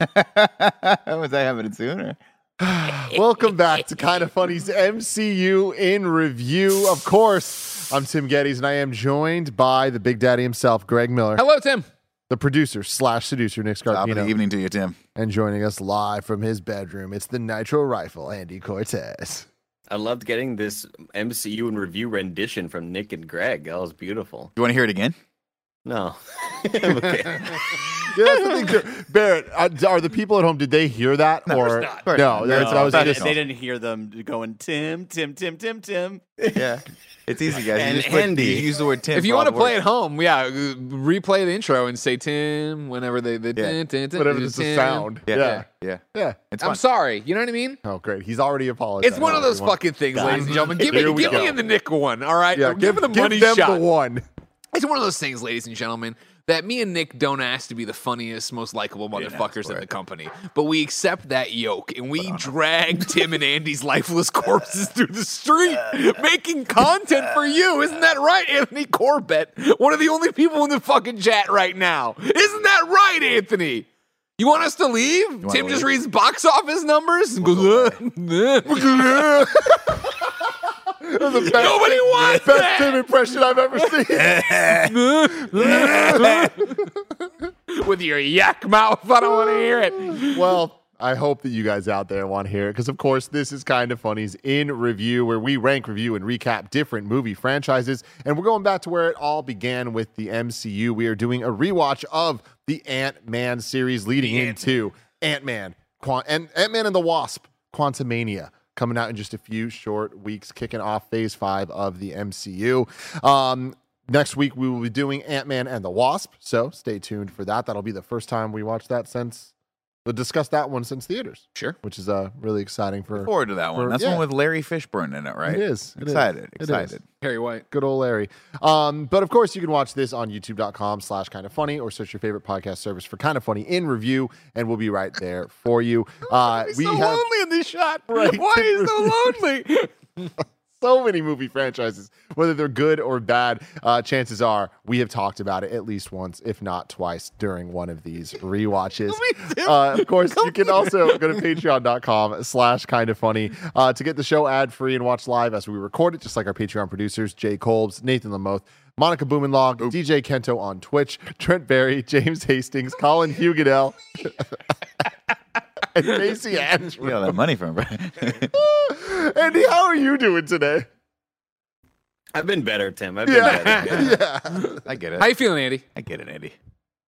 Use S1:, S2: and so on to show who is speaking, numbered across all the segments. S1: was that happening sooner?
S2: Welcome back to Kind of Funny's MCU in Review. Of course, I'm Tim Geddes, and I am joined by the Big Daddy himself, Greg Miller,
S3: Hello, Tim.
S2: the producer slash seducer, Nick
S1: Top of the
S2: Scarpino,
S1: evening to you, Tim.
S2: and joining us live from his bedroom, it's the Nitro Rifle, Andy Cortez.
S4: I loved getting this MCU and review rendition from Nick and Greg. That was beautiful.
S1: You want to hear it again?
S4: No, I'm okay.
S2: Yeah, that's the thing, too. Barrett, uh, are the people at home, did they hear that? or
S1: course
S2: No,
S1: not.
S2: that's what I was
S1: No.
S5: they,
S2: just.
S5: didn't- they didn't hear them going Tim, Tim, Tim, Tim, Tim.
S1: Yeah. It's easy, guys.
S4: And
S1: you just put-
S4: Andy.
S1: you use the word Tim.
S3: if you
S1: for all
S3: want to
S1: the
S3: play at
S1: words.
S3: home, yeah, uh, replay the intro and say Tim whenever they, they
S1: Yeah.
S3: tin, tin, tin,
S2: Whatever
S3: tin,
S2: this is
S3: tin.
S2: sound.
S1: Yeah. Yeah. yeah.
S2: Yeah.
S1: It's
S3: I'm
S1: fun.
S3: sorry. You know what I mean?
S2: Oh, great. He's already apologized.
S3: It's one of those
S2: everyone.
S3: fucking things, ladies and gentlemen. Give me,
S2: Here we
S3: give me
S2: go.
S3: in the Nick one, all right?
S2: Yeah,
S3: Or
S2: give,
S3: give me the
S2: give
S3: money
S2: them
S3: shot.
S2: the one.
S3: It's one of those things, ladies and gentlemen, that me and Nick don't ask to be the funniest, most likable motherfuckers in the company, but we accept that yoke and we drag Tim and Andy's lifeless corpses through the street, making content for you. Isn't that right, Anthony Corbett? One of the only people in the fucking chat right now. Isn't that right, Anthony? You want us to leave? Tim
S1: wanna
S3: just
S1: leave?
S3: reads box office numbers and goes. "Uh, Nobody wants
S2: Best
S3: that
S2: Tim impression I've ever seen.
S3: with your yak mouth. I don't want to hear it.
S2: well, I hope that you guys out there want to hear it because, of course, this is kind of funny's in review where we rank, review, and recap different movie franchises. And we're going back to where it all began with the MCU. We are doing a rewatch of the Ant Man series leading into Ant Man Quant- and Ant Man and the Wasp Quantumania. Coming out in just a few short weeks, kicking off phase five of the MCU. Um, Next week, we will be doing Ant Man and the Wasp. So stay tuned for that. That'll be the first time we watch that since we discussed that one since theaters,
S3: Sure.
S2: which is uh, really exciting for
S1: Forward to that one.
S2: Or-
S1: That's
S2: yeah.
S1: one with Larry Fishburne in it, right?
S2: It is, it is,
S1: Excited.
S2: it is.
S1: Excited.
S3: Harry White.
S2: good old Larry. Um, but of course, you can watch this on youtube.com slash kind of funny or search your favorite podcast service for kind of funny in review, and we'll be right there for you. Uh, we have
S3: in this shot.
S2: Right. Why are you
S3: so lonely?
S2: so many movie franchises, whether they're good or bad. Uh, chances are we have talked about it at least once, if not twice, during one of these rewatches. uh, of course, you can also go to patreon.com slash kind of funny uh, to get the show ad free and watch live as we record it, just like our Patreon producers, Jay Kolbs, Nathan Lamoth. Monica Boomenlog, DJ Kento on Twitch, Trent Berry, James Hastings, Colin Hugadel, and Casey
S1: We
S2: Andrew.
S1: got that money from him, right?
S2: Andy, how are you doing today?
S4: I've been better, Tim. I've been better.
S2: Yeah.
S4: yeah.
S2: yeah.
S1: I get it.
S3: How you feeling, Andy?
S1: I get it, Andy.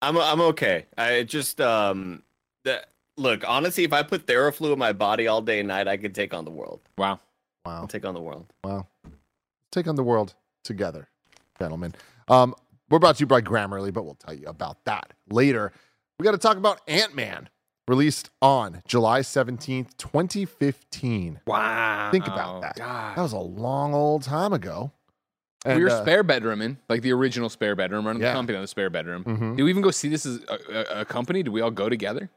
S4: I'm I'm okay. I it just um that look honestly, if I put Theraflu in my body all day and night, I could take on the world.
S3: Wow.
S2: Wow.
S4: I'll take on the world.
S2: Wow. Take on the world together, gentlemen. Um, we're brought to you by Grammarly, but we'll tell you about that later. We got to talk about Ant Man, released on July 17th, 2015.
S3: Wow.
S2: Think about that. That was a long old time ago.
S3: Ah. we were
S2: uh,
S3: spare bedrooming, like the original spare bedroom, running
S2: Yeah.
S3: the company on the spare bedroom.
S2: mhm.
S3: Did we even go see this as a, a, a company? Did we all go together?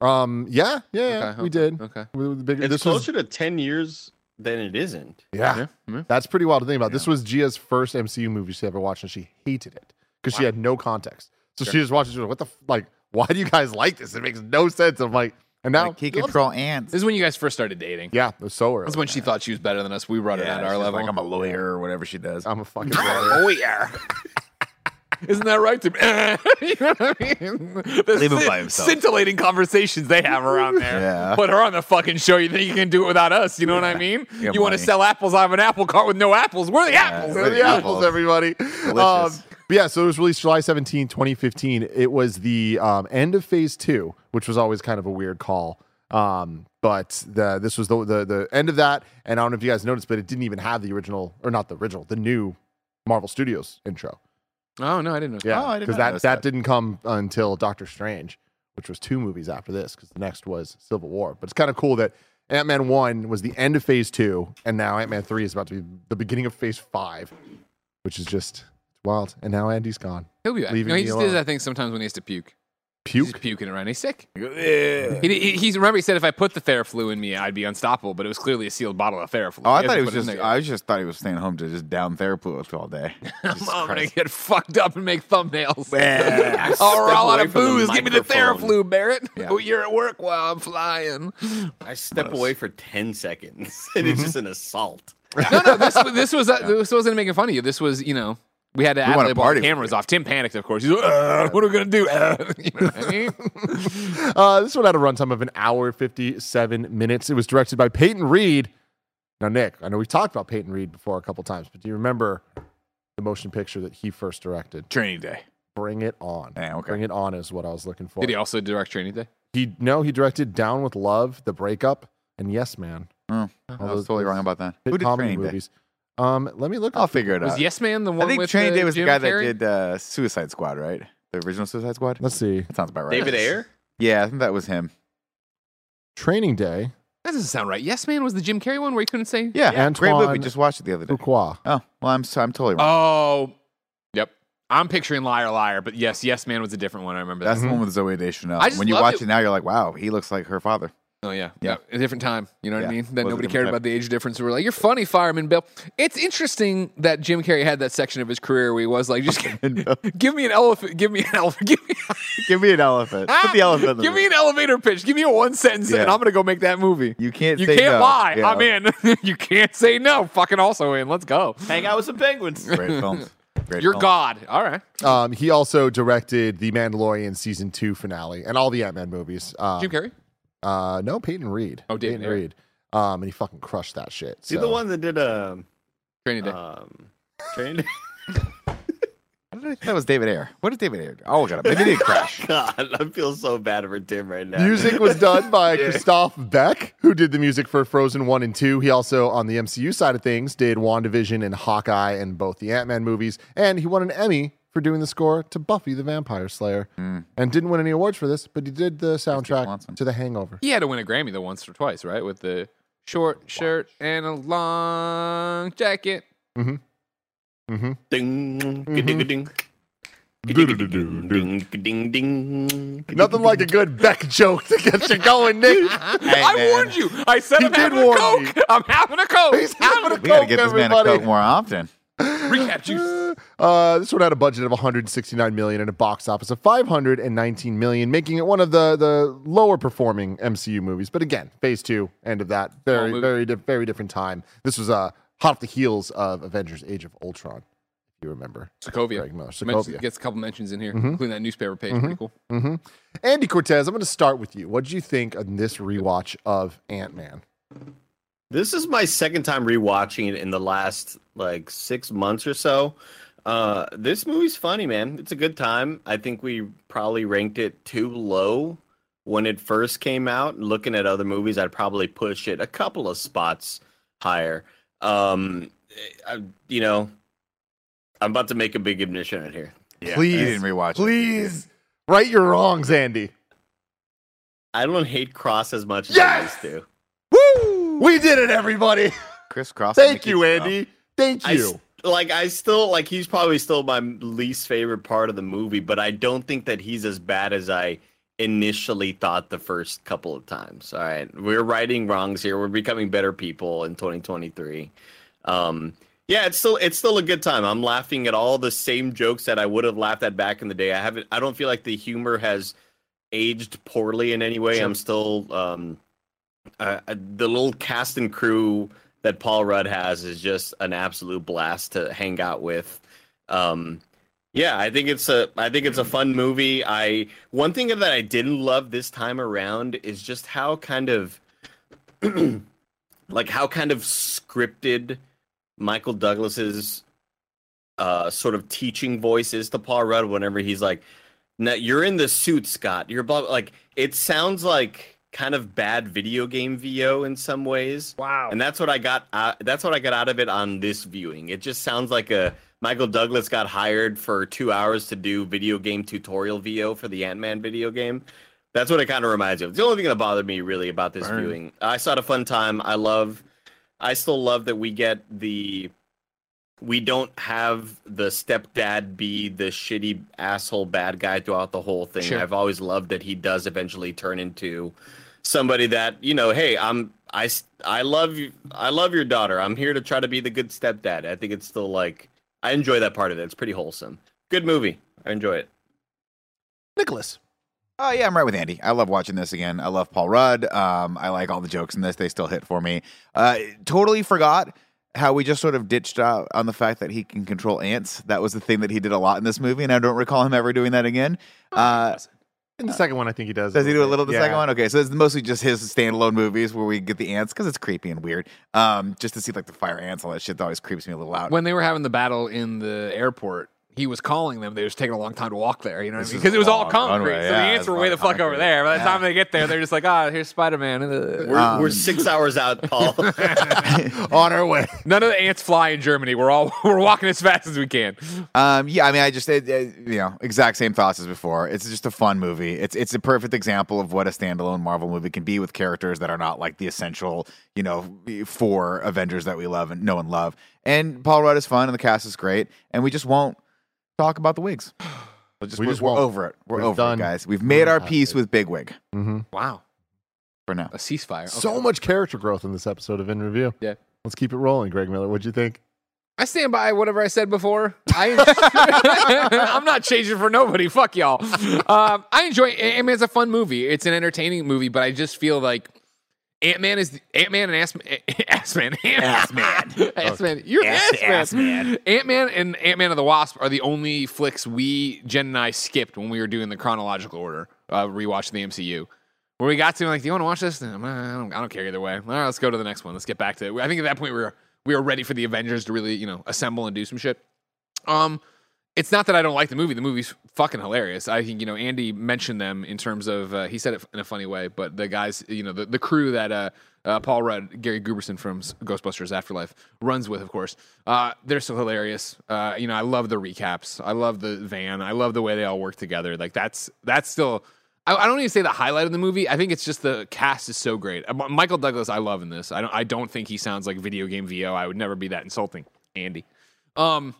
S2: Um, yeah, yeah, yeah,
S3: Okay,
S2: we did.
S3: Okay.
S2: We were the bigger-
S4: It's
S2: this was,
S4: closer to ten years than it isn't.
S2: yeah,
S3: yeah.
S2: that's pretty wild to think about. This was Gia's first MCU movie she ever watched, and she hated it because she had no context. So she just watched it. She was like, what the f- like? Why do you guys like this? It makes no sense. I'm like, and now
S1: Like, he
S2: she loves
S1: control ants.
S3: This is when you guys first started dating.
S2: Yeah, it was so early.
S3: That's when she thought she was better than us. We brought it
S1: Yeah,
S3: at
S1: she's
S3: our level.
S1: Like I'm a lawyer or whatever she does.
S2: I'm a fucking lawyer.
S3: lawyer. Isn't that right? Tim? you know what I mean? The
S1: Leave him
S3: sc-
S1: by himself.
S3: Scintillating conversations they have around there.
S1: Yeah.
S3: Put her on the fucking show. You think you can do it without us? You know what I mean?
S1: Yeah,
S3: you want to
S1: buddy.
S3: sell apples out of an apple cart with no apples? We're the apples.
S2: They're the apples,
S1: Apples.
S2: everybody. Um,
S1: Delicious.
S2: but yeah, so it was released July 17, 2015. It was the um, end of phase two, which was always kind of a weird call. Um, but the, this was the, the the end of that. And I don't know if you guys noticed, but it didn't even have the original, or not the original, the new Marvel Studios intro.
S3: Oh no, I didn't know.
S2: Yeah,
S1: Oh, I did
S2: because
S1: not
S2: that,
S1: notice
S2: that
S1: that.
S2: didn't come until Doctor Strange, which was two movies after this, because the next was Civil War. But it's kind of cool that Ant Man one was the end of Phase two, and now Ant Man three is about to be the beginning of Phase five, which is just wild. And now Andy's gone.
S3: He'll be back.
S2: Leaving
S3: No, he
S2: me
S3: just
S2: alone.
S3: does that thing sometimes when he has to puke. He's
S2: Puke.
S3: just puking around. He's sick.
S1: Yeah.
S3: He, he, he's remember he said if I put the Theraflu in me, I'd be unstoppable. But it was clearly a sealed bottle of Theraflu.
S1: Oh, I
S3: He
S1: thought he
S3: hasn't
S1: was
S3: put it in
S1: just.
S3: there
S1: I just thought he was staying home to just down Therapeutic all day. Jesus
S3: I'm gonna
S1: Christ.
S3: get fucked up and make thumbnails.
S1: Yeah.
S3: Oh, we're all out
S4: away
S3: of
S4: from the
S3: booze. Give me the
S4: microphone.
S3: Theraflu, Barrett.
S1: Yeah.
S3: Oh, You're at work while I'm flying.
S4: I step away for 10 seconds and
S2: Mm-hmm.
S4: it's just an assault.
S3: no, no, this this was uh, this wasn't making fun of you. This was you know we had to
S1: wanna
S3: ad-lib all the
S1: party with
S3: cameras off. Tim panicked, of course. He's like, "Uh, what are we gonna do? Uh," you know what I mean?
S2: Uh, this one had a runtime of an hour fifty seven minutes. It was directed by Peyton Reed. Now, Nick, I know we've talked about Peyton Reed before a couple times, but do you remember the motion picture that he first directed?
S1: Training day.
S2: Bring It On.
S1: Yeah, okay.
S2: Bring It On is what I was looking for.
S3: Did he also direct Training Day?
S2: He no, he directed Down with Love, The Breakup, and Yes Man.
S1: Oh, I was
S2: All those-
S1: totally
S2: those
S1: wrong about that.
S2: Hit
S1: Who did
S2: comedy
S1: Training Day? Oh,
S2: movies. Um, let me look.
S1: I'll
S2: Up.
S1: figure it
S3: Was
S1: out.
S3: Yes Man the one?
S1: Uh, I think
S3: with,
S1: Training
S3: uh,
S1: Day was
S3: Jim
S1: the guy
S3: Carrey?
S1: that did uh, Suicide Squad, right? The original Suicide Squad.
S2: Let's see.
S1: That sounds about right.
S4: David Ayer?
S1: Yeah, I think that was him.
S2: Training Day.
S3: That doesn't sound right. Yes Man was the Jim Carrey one where he couldn't say.
S1: Yeah, great movie.
S2: Antoine
S1: Just watched it the other day.
S2: Fuqua.
S1: Oh, well, I'm so, I'm totally wrong.
S3: Oh, yep. I'm picturing Liar Liar, but yes, Yes Man was a different one. I remember that.
S1: That's the one with Zoe Deschanel.
S3: Oh, mm-hmm. I just
S1: When you
S3: love
S1: watch
S3: it.
S1: it. now, you're like, wow, he looks like her father.
S3: Oh yeah, yeah,
S1: Yeah.
S3: a different time. You know what
S1: Yeah,
S3: I mean? That
S1: was a
S3: nobody
S1: different
S3: cared
S1: time.
S3: about the age difference. We were like, "You're funny, fireman Bill." It's interesting that Jim Carrey had that section of his career where he was like, "Just give me an elephant, give me an elephant, give me,
S1: uh, Give me an elephant. Put the elephant. in the
S3: give me
S1: room.
S3: an elevator pitch, give me a one sentence,
S1: Yeah.
S3: and I'm gonna go make that movie."
S1: You can't.
S3: You
S1: say
S3: can't
S1: no,
S3: lie.
S1: you
S3: I'm
S1: know?
S3: in. you can't say no. Fucking also in. Let's go.
S5: Hang out with some penguins.
S1: Great films. Great
S3: You're
S1: films.
S3: God. All right.
S2: Um, he also directed the Mandalorian season two finale and all the Ant Man movies. Uh,
S3: Jim Carrey.
S2: uh, no, Peyton Reed.
S3: Oh, Peyton
S2: Peyton
S3: Reed.
S2: Reed. Um, and he fucking crushed that shit.
S4: See the
S2: so-
S4: one that did um
S3: Training
S1: uh,
S3: Day.
S4: um, Training Day?
S1: How did I think that was David Ayer. What did David Ayer do? Oh, God. Maybe he did Crash.
S4: God, I feel so bad for Tim right now.
S2: Music was done by Christoph Beck, who did the music for Frozen 1 and 2. He also, on the MCU side of things, did WandaVision and Hawkeye and both the Ant Man movies. And he won an Emmy for doing the score to Buffy the Vampire Slayer. And didn't win any awards for this, but he did the
S1: Swanson.
S2: soundtrack to The Hangover.
S3: he had to win a Grammy though once or twice, right? With the short shirt and a long jacket.
S4: Ding, ding, ding. Ding, ding, ding.
S2: Nothing like a good Beck joke to get you going, Nick.
S3: I
S1: man.
S3: warned you. I said
S2: You
S3: I'm
S2: did
S3: having a
S2: warn
S3: coke.
S2: me.
S3: I'm having a coke.
S2: He's having a
S1: We got to
S2: Coke,
S1: get this man a
S2: everybody.
S1: Coke more often.
S3: recap juice.
S2: Uh, this one had a budget of 169 million and a box office of 519 million, making it one of the the lower performing MCU movies. But again, Phase Two, end of that, very
S3: movie.
S2: very di- very different time. This was uh, hot off the heels of Avengers: Age of Ultron, if you remember.
S3: Sokovia.
S2: Greg Miller,
S3: Mentions-
S2: Sokovia. Mm-hmm.
S3: Gets a couple mentions in here,
S1: Mm-hmm.
S3: including that newspaper page. Pretty cool.
S2: Andy Cortez, I'm going to start with you. What did you think of this rewatch of Ant Man?
S4: This is my second time rewatching it in the last like six months or so. Uh, this movie's funny, man. It's a good time. I think we probably ranked it too low when it first came out. Looking at other movies, I'd probably push it a couple of spots higher. Um, I, you know, I'm about to make a big admission in here.
S1: I
S2: Please,
S1: didn't rewatch it.
S2: please, right your wrongs, Andy.
S4: I don't hate Cross as much as I
S2: Yes!
S4: used to.
S2: Woo! We did it, everybody.
S1: Chris Cross.
S2: Thank you, Andy. Thank
S4: I
S2: you.
S4: s- like I still like he's probably still my least favorite part of the movie, but I don't think that he's as bad as I initially thought the first couple of times. All right, we're righting wrongs here. We're becoming better people in 2023. Um, yeah, it's still it's still a good time. I'm laughing at all the same jokes that I would have laughed at back in the day. I haven't. I don't feel like the humor has aged poorly in any way. I'm still um, uh, the little cast and crew that Paul Rudd has is just an absolute blast to hang out with. Um, Yeah, I think it's a I think it's a fun movie. I one thing that I didn't love this time around is just how kind of like how kind of scripted Michael Douglas's uh sort of teaching voice is to Paul Rudd whenever he's like, "Now you're in the suit, Scott. You're blah, like it sounds like kind of bad video game VO in some ways."
S1: Wow.
S4: and that's what I got. Out, that's what I got out of it on this viewing. It just sounds like a Michael Douglas got hired for two hours to do video game tutorial VO for the Ant Man video game. That's what it kind of reminds me of. It's the only thing that bothered me really about this
S3: Burn.
S4: viewing. I saw it a fun time. I love. I still love that we get the. We don't have the stepdad be the shitty asshole bad guy throughout the whole thing.
S3: Sure.
S4: I've always loved that he does eventually turn into somebody that you know hey i'm i s- I love you i love your daughter i'm here to try to be the good stepdad i think it's still like i enjoy that part of it it's pretty wholesome good movie i enjoy it
S2: Nicholas.
S1: Oh yeah, I'm right with Andy. I love watching this again. I love Paul Rudd. Um, I like all the jokes in this; they still hit for me. Uh, totally forgot how we just sort of ditched out on the fact that he can control ants. That was the thing that he did a lot in this movie, and I don't recall him ever doing that again. Uh,
S2: In the second one, I think he does.
S1: does he do a little of the
S2: Oh, Yeah.
S1: second one? Okay, so it's mostly just his standalone movies where we get the ants because it's creepy and weird. Um, just to see like the fire ants, all that shit that always creeps me a little out.
S3: When they were having the battle in the airport, he was calling them. They was taking a long time to walk there, you know what I mean? Because it was all
S1: long
S3: concrete.
S1: runway,
S3: so the
S1: yeah,
S3: ants
S1: it's
S3: were
S1: all
S3: way the fuck over
S1: concrete.
S3: there. By the
S1: Yeah.
S3: time they get there, they're just like, ah, here's Spider Man.
S4: we're, we're
S1: Um,
S4: six hours out paul
S2: on our way.
S3: None of the ants fly in Germany. We're all we're walking as fast as we can.
S1: Um, yeah, I mean, I just it, it- you know exact same thoughts as before. It's just a fun movie. It's it's a perfect example of what a standalone Marvel movie can be with characters that are not like the essential you know four Avengers that we love and know and love. And Paul Rudd is fun, and the cast is great, and we just won't talk about the wigs. We'll just,
S2: We
S1: we
S2: just
S1: are
S2: won't.
S1: over it. We're
S2: We've
S1: over
S2: done-
S1: it, guys. We've made our
S2: done
S1: peace with Big Wig
S2: Mm-hmm.
S3: Wow.
S1: for now.
S3: A ceasefire. Okay.
S2: So much character growth in this episode of In Review.
S3: Yeah.
S2: Let's keep it rolling, Greg Miller. What'd you think?
S3: I stand by whatever I said before. I, I'm not changing for nobody. Fuck y'all. Um, I enjoy. I mean, it's a fun movie. It's an entertaining movie, but I just feel like Ant Man is Ant Man and Ass Ass Man. Ass Man. Ass Man. You're Ass Man. Ant Man and Ant Man of the Wasp are the only flicks we Jen and I skipped when we were doing the chronological order uh, rewatch of the MCU. Where we got to, like, do you want to watch this? And I'm, "Uh, I don't, I don't care either way. All right, let's go to the next one. Let's get back to it. I think at that point we were we were ready for the Avengers to really, you know, assemble and do some shit. Um, it's not that I don't like the movie. The movie's fucking hilarious. I think you know Andy mentioned them in terms of uh, he said it in a funny way, but the guys, you know, the, the crew that uh, uh, Paul Rudd, Gary Guberson from S- Ghostbusters Afterlife runs with, of course, uh, they're so hilarious. Uh, you know, I love the recaps. I love the van. I love the way they all work together. Like that's that's still. I, I don't even say the highlight of the movie. I think it's just the cast is so great. Uh, M- Michael Douglas, I love in this. I don't. I don't think he sounds like video game VO. I would never be that insulting, Andy. Um.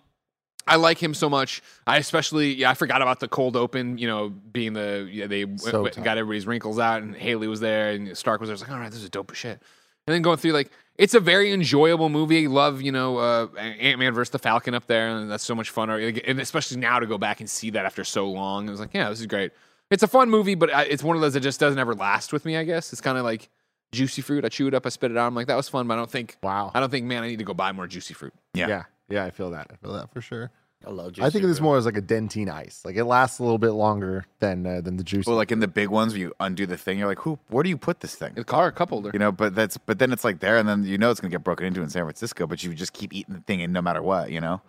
S3: I like him so much. I especially, yeah, I forgot about the cold open, you know, being the, yeah, they w-
S2: So
S3: w-
S2: tough.
S3: got everybody's wrinkles out and Haley was there and Stark was there. I was like, all right, this is dope as shit. And then going through, like, it's a very enjoyable movie. Love, you know, uh, Ant Man versus the Falcon up there. And that's so much fun. Or- And especially now to go back and see that after so long. It was like, yeah, this is great. It's a fun movie, but I, it's one of those that just doesn't ever last with me, I guess. It's kind of like juicy fruit. I chew it up, I spit it out. I'm like, that was fun, but I don't think,
S2: Wow.
S3: I don't think, man, I need to go buy more juicy fruit.
S1: Yeah.
S2: yeah. Yeah, I feel that. I feel that for sure.
S4: i love
S2: I think of this more as like a dentine ice. Like it lasts a little bit longer than uh, than the juice.
S1: Well, like in the big ones, where you undo the thing. You're like, who? Where do you put this thing?
S3: The car cup holder.
S1: You know, but that's but then it's like there, and then you know it's gonna get broken into in San Francisco, but you just keep eating the thing, and no matter what, you know,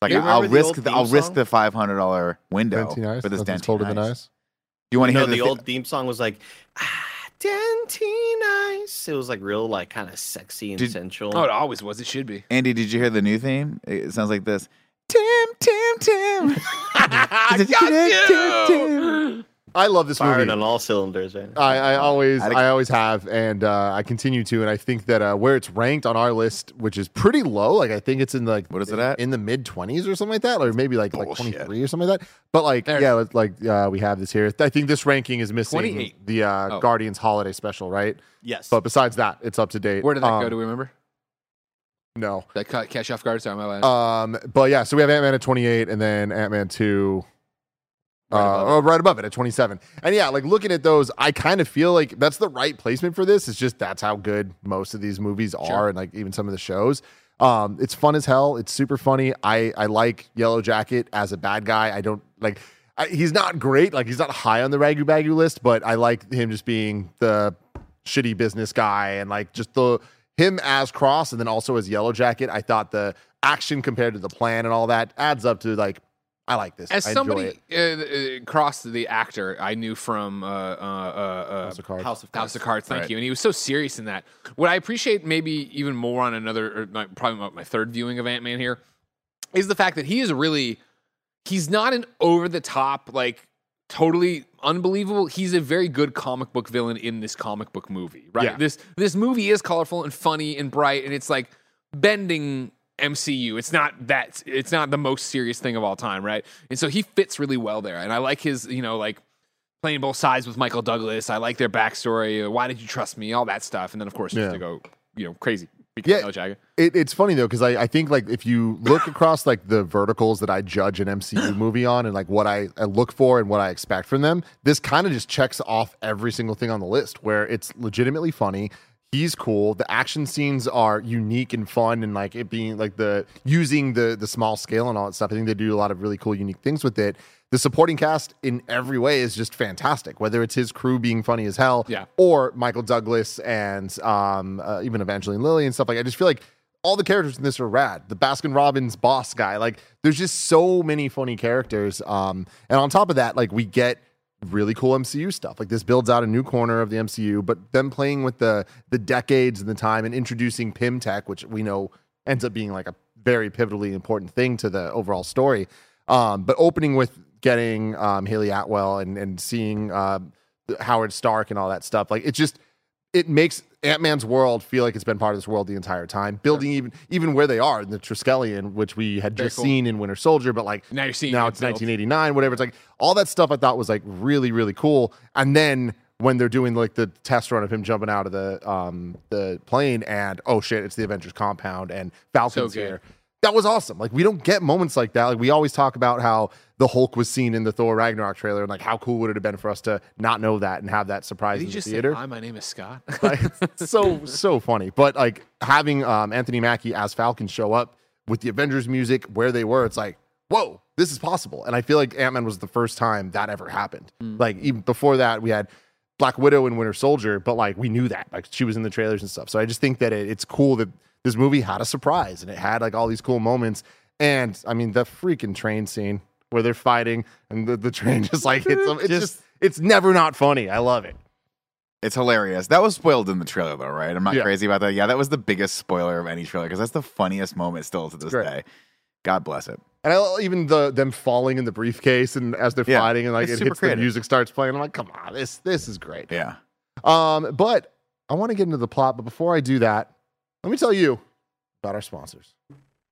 S1: like
S4: You
S1: I'll
S4: remember the
S1: risk
S4: old
S1: the, I'll
S4: theme
S1: risk
S4: song?
S1: the five hundred dollar window
S2: dentine ice.
S1: for this
S2: Nothing's
S1: dentine
S2: colder
S1: ice.
S2: than ice.
S1: Do you want to
S4: no,
S1: hear
S4: the,
S1: thi-
S4: old theme song was like ah, dentine ice it was like real like kind of sexy and
S1: Did-
S4: sensual
S3: Oh, it always was. It should be.
S1: Andy? Did you hear the new theme? It sounds like this. Tim, Tim, Tim. Tim, Tim, Tim.
S2: I love this
S4: firing
S2: movie.
S4: on all cylinders right
S2: I, I always,
S1: Attic-
S2: I always have, and uh, I continue to, and I think that uh, where it's ranked on our list, which is pretty low, like I think it's in like
S1: What is it at?
S2: in the mid twenties or something like that, or maybe like like
S1: Bullshit.
S2: twenty three or something like that. But like
S3: There.
S2: yeah, it's like uh, we have this here. I think this ranking is missing
S3: 28.
S2: the uh,
S3: Oh.
S2: Guardians Holiday Special, right?
S5: Yes.
S2: But besides that, it's up to date.
S3: Where did that
S2: um,
S3: go? Do we remember?
S2: No.
S3: That ca- catch off guard. Sorry, my bad.
S2: Um, but yeah, so we have Ant Man at twenty eight, and then Ant Man two.
S3: Right
S2: uh,
S3: above
S2: oh, right above it at 27. And yeah, like looking at those, I kind of feel like that's the right placement for this. It's just that's how good most of these movies are,
S3: Sure.
S2: and like even some of the shows. Um, it's fun as hell. It's super funny. I I like Yellow Jacket as a bad guy. I don't like. I, he's not great. Like he's not high on the ragu bagu list, but I like him just being the shitty business guy and like just the him as Cross and then also as Yellow Jacket. I thought the action compared to the plan and all that adds up to like I like this.
S3: As
S2: I
S3: somebody
S2: enjoy it.
S3: uh, uh, crossed the actor, I knew from uh, uh, uh,
S2: House
S3: uh,
S2: of Cards.
S5: House of Cards.
S3: House of Cards. Thank
S1: Right.
S3: you. And he was so serious in that. What I appreciate, maybe even more on another, or my, probably my, my third viewing of Ant Man here, is the fact that he is really, he's not an over the top, like totally unbelievable. He's a very good comic book villain in this comic book movie, right?
S2: Yeah.
S3: This this movie is colorful and funny and bright, and it's like bending MCU. It's not that it's not the most serious thing of all time, right? And so he fits really well there, and I like his, you know, like playing both sides with Michael Douglas. I like their backstory. uh, Why did you trust me? All that stuff, and then of course just
S2: Yeah.
S3: to go, you know, crazy. Because
S2: Yeah.
S3: Yellow Jacket.
S2: It, it's funny though because I, I think like if you look across like the verticals that I judge an MCU movie on and like what I, I look for and what I expect from them, this kind of just checks off every single thing on the list where it's legitimately funny. He's cool. The action scenes are unique and fun, and like it being like the using the the small scale and all that stuff. I think they do a lot of really cool, unique things with it. The supporting cast in every way is just fantastic. Whether it's his crew being funny as hell,
S3: Yeah.
S2: or Michael Douglas and um, uh, even Evangeline Lilly and stuff like. I just feel like all the characters in this are rad. The Baskin Robbins boss guy, like there's just so many funny characters. Um, and on top of that, like we get really cool MCU stuff. Like this builds out a new corner of the MCU, but them playing with the the decades and the time and introducing Pym Tech, which we know ends up being like a very pivotally important thing to the overall story. Um, but opening with getting um, Haley Atwell and and seeing uh, Howard Stark and all that stuff, like it just it makes Ant Man's world feel like it's been part of this world the entire time. Building even even where they are in the Triskelion, which we had
S3: Very
S2: just
S3: cool.
S2: seen in Winter Soldier, but like
S3: Now you're seeing
S2: now
S3: it
S2: it's
S3: built.
S2: 1989, whatever. It's like all that stuff I thought was like really really cool. And then when they're doing like the test run of him jumping out of the um the plane and oh shit, it's the Avengers compound and Falcon's
S3: good.
S2: here that was awesome. Like we don't get moments like that. Like we always talk about how the Hulk was seen in the Thor Ragnarok trailer, and like how cool would it have been for us to not know that and have that surprise
S3: Did
S2: in
S3: he
S2: the
S3: just
S2: theater?
S3: say, "Hi, my name is Scott"?
S2: like, it's so so funny. But like having um, Anthony Mackie as Falcon show up with the Avengers music where they were, it's like whoa, this is possible. And I feel like Ant Man was the first time that ever happened. Like even before that, we had Black Widow and Winter Soldier, but like we knew that like she was in the trailers and stuff. So I just think that it, it's cool that this movie had a surprise and it had like all these cool moments. And I mean the freaking train scene where they're fighting and the, the train just like hits them. It's
S5: Just-
S2: just it's never not funny. I love it.
S1: It's hilarious. That was spoiled in the trailer, though, right? I'm not
S2: Yeah.
S1: crazy about that. Yeah, that was the biggest spoiler of any trailer because that's the funniest moment still to this
S2: Great.
S1: day. God bless it.
S2: And I, love even the them falling in the briefcase and as they're
S1: Yeah.
S2: fighting and like
S1: It's
S2: it
S1: super
S2: hits
S1: creative.
S2: the music starts playing. I'm like, come on, this this is great.
S1: Yeah.
S2: Um, but I want to get into the plot, but before I do that, let me tell you about our sponsors.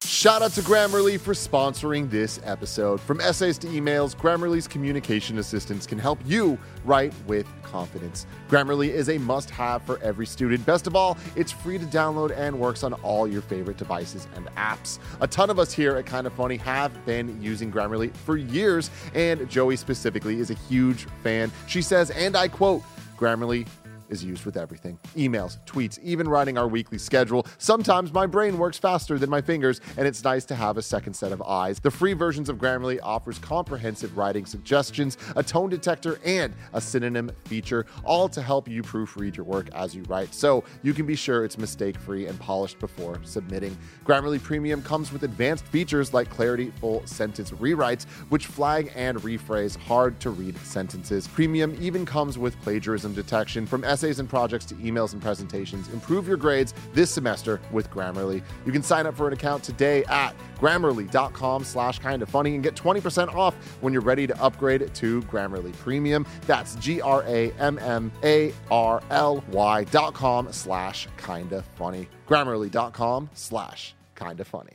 S2: Shout out to Grammarly for sponsoring this episode. From essays to emails, Grammarly's communication assistance can help you write with confidence. Grammarly is a must have for every student. Best of all, it's free to download and works on all your favorite devices and apps. A ton of us here at Kind of Funny have been using Grammarly for years, and Joey specifically is a huge fan. She says, and I quote, Grammarly is used with everything emails, tweets, even writing our weekly schedule. Sometimes my brain works faster than my fingers, and it's nice to have a second set of eyes. The free versions of Grammarly offers comprehensive writing suggestions, a tone detector, and a synonym feature, all to help you proofread your work as you write so you can be sure it's mistake free and polished before submitting. Grammarly Premium comes with advanced features like clarity full sentence rewrites, which flag and rephrase hard to read sentences. Premium even comes with plagiarism detection from essays and projects to emails and presentations. Improve your grades this semester with Grammarly. You can sign up for an account today at grammarly.com slash kind of funny and get 20% off when you're ready to upgrade to Grammarly Premium. That's G R A M M A R L Y dot com slash kind of funny. Grammarly.com slash kind of funny.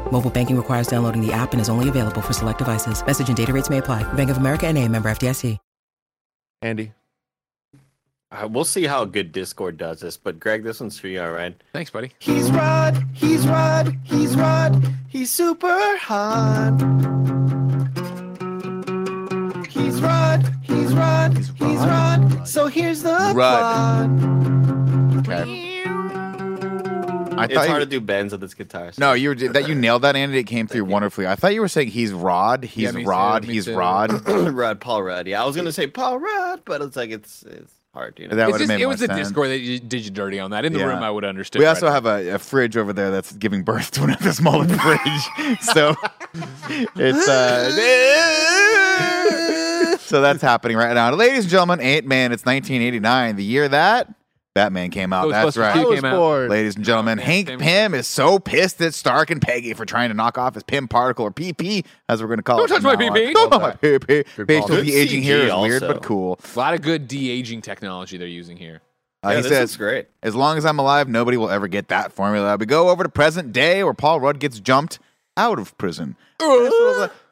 S6: Mobile banking requires downloading the app and is only available for select devices. Message and data rates may apply. Bank of America and a member FDIC.
S2: Andy.
S4: Uh, we'll see how good Discord does this, but Greg, this one's for you, all right?
S3: Thanks, buddy.
S7: He's Rod, he's Rod, he's Rod, he's super hot. He's Rod, he's Rod, he's Rod. So here's the
S1: Rod.
S7: plot.
S1: Okay. I
S4: It's
S1: thought
S4: hard
S1: you,
S4: to do bends with this guitar. so-
S1: no, you were that you nailed that, Andy. It came through wonderfully. I thought you were saying he's Rod, he's
S3: me too,
S1: Rod,
S3: me
S1: he's
S3: too.
S1: Rod.
S4: Rudd, Paul Rudd. Yeah, I was gonna say Paul Rudd, but it's like it's it's hard, you know.
S1: That
S3: It's
S1: would have
S3: just-
S1: made
S3: it
S1: more
S3: was
S1: sense.
S3: the Discord that you did you dirty on that. In the
S1: Yeah.
S3: room, I would have understood.
S1: We also
S3: right
S1: have a, a fridge over there that's giving birth to another smaller fridge. So it's uh So that's happening right now. Ladies and gentlemen, Ant Man, it's nineteen eighty nine, the year that Batman came out. That's
S3: Ghostbusters
S1: right.
S3: two came out.
S1: Ladies and gentlemen,
S3: Oh, yeah,
S1: Hank
S3: same
S1: Pym is so pissed at Stark and Peggy for trying to knock off his Pym particle or PP, as we're going to call
S3: Don't
S1: it.
S3: touch
S1: from
S3: my
S1: now on.
S3: PP.
S1: Don't touch my PP.
S2: Good
S1: Based
S2: call.
S1: on the
S4: Good
S1: aging here
S4: CG
S1: is weird
S4: also.
S1: but cool.
S3: A lot of good de aging technology they're using here.
S1: Uh,
S4: yeah,
S1: he
S4: this
S1: says,
S4: is great.
S1: as long as I'm alive, nobody will ever get that formula. We go over to present day where Paul Rudd gets jumped out of prison.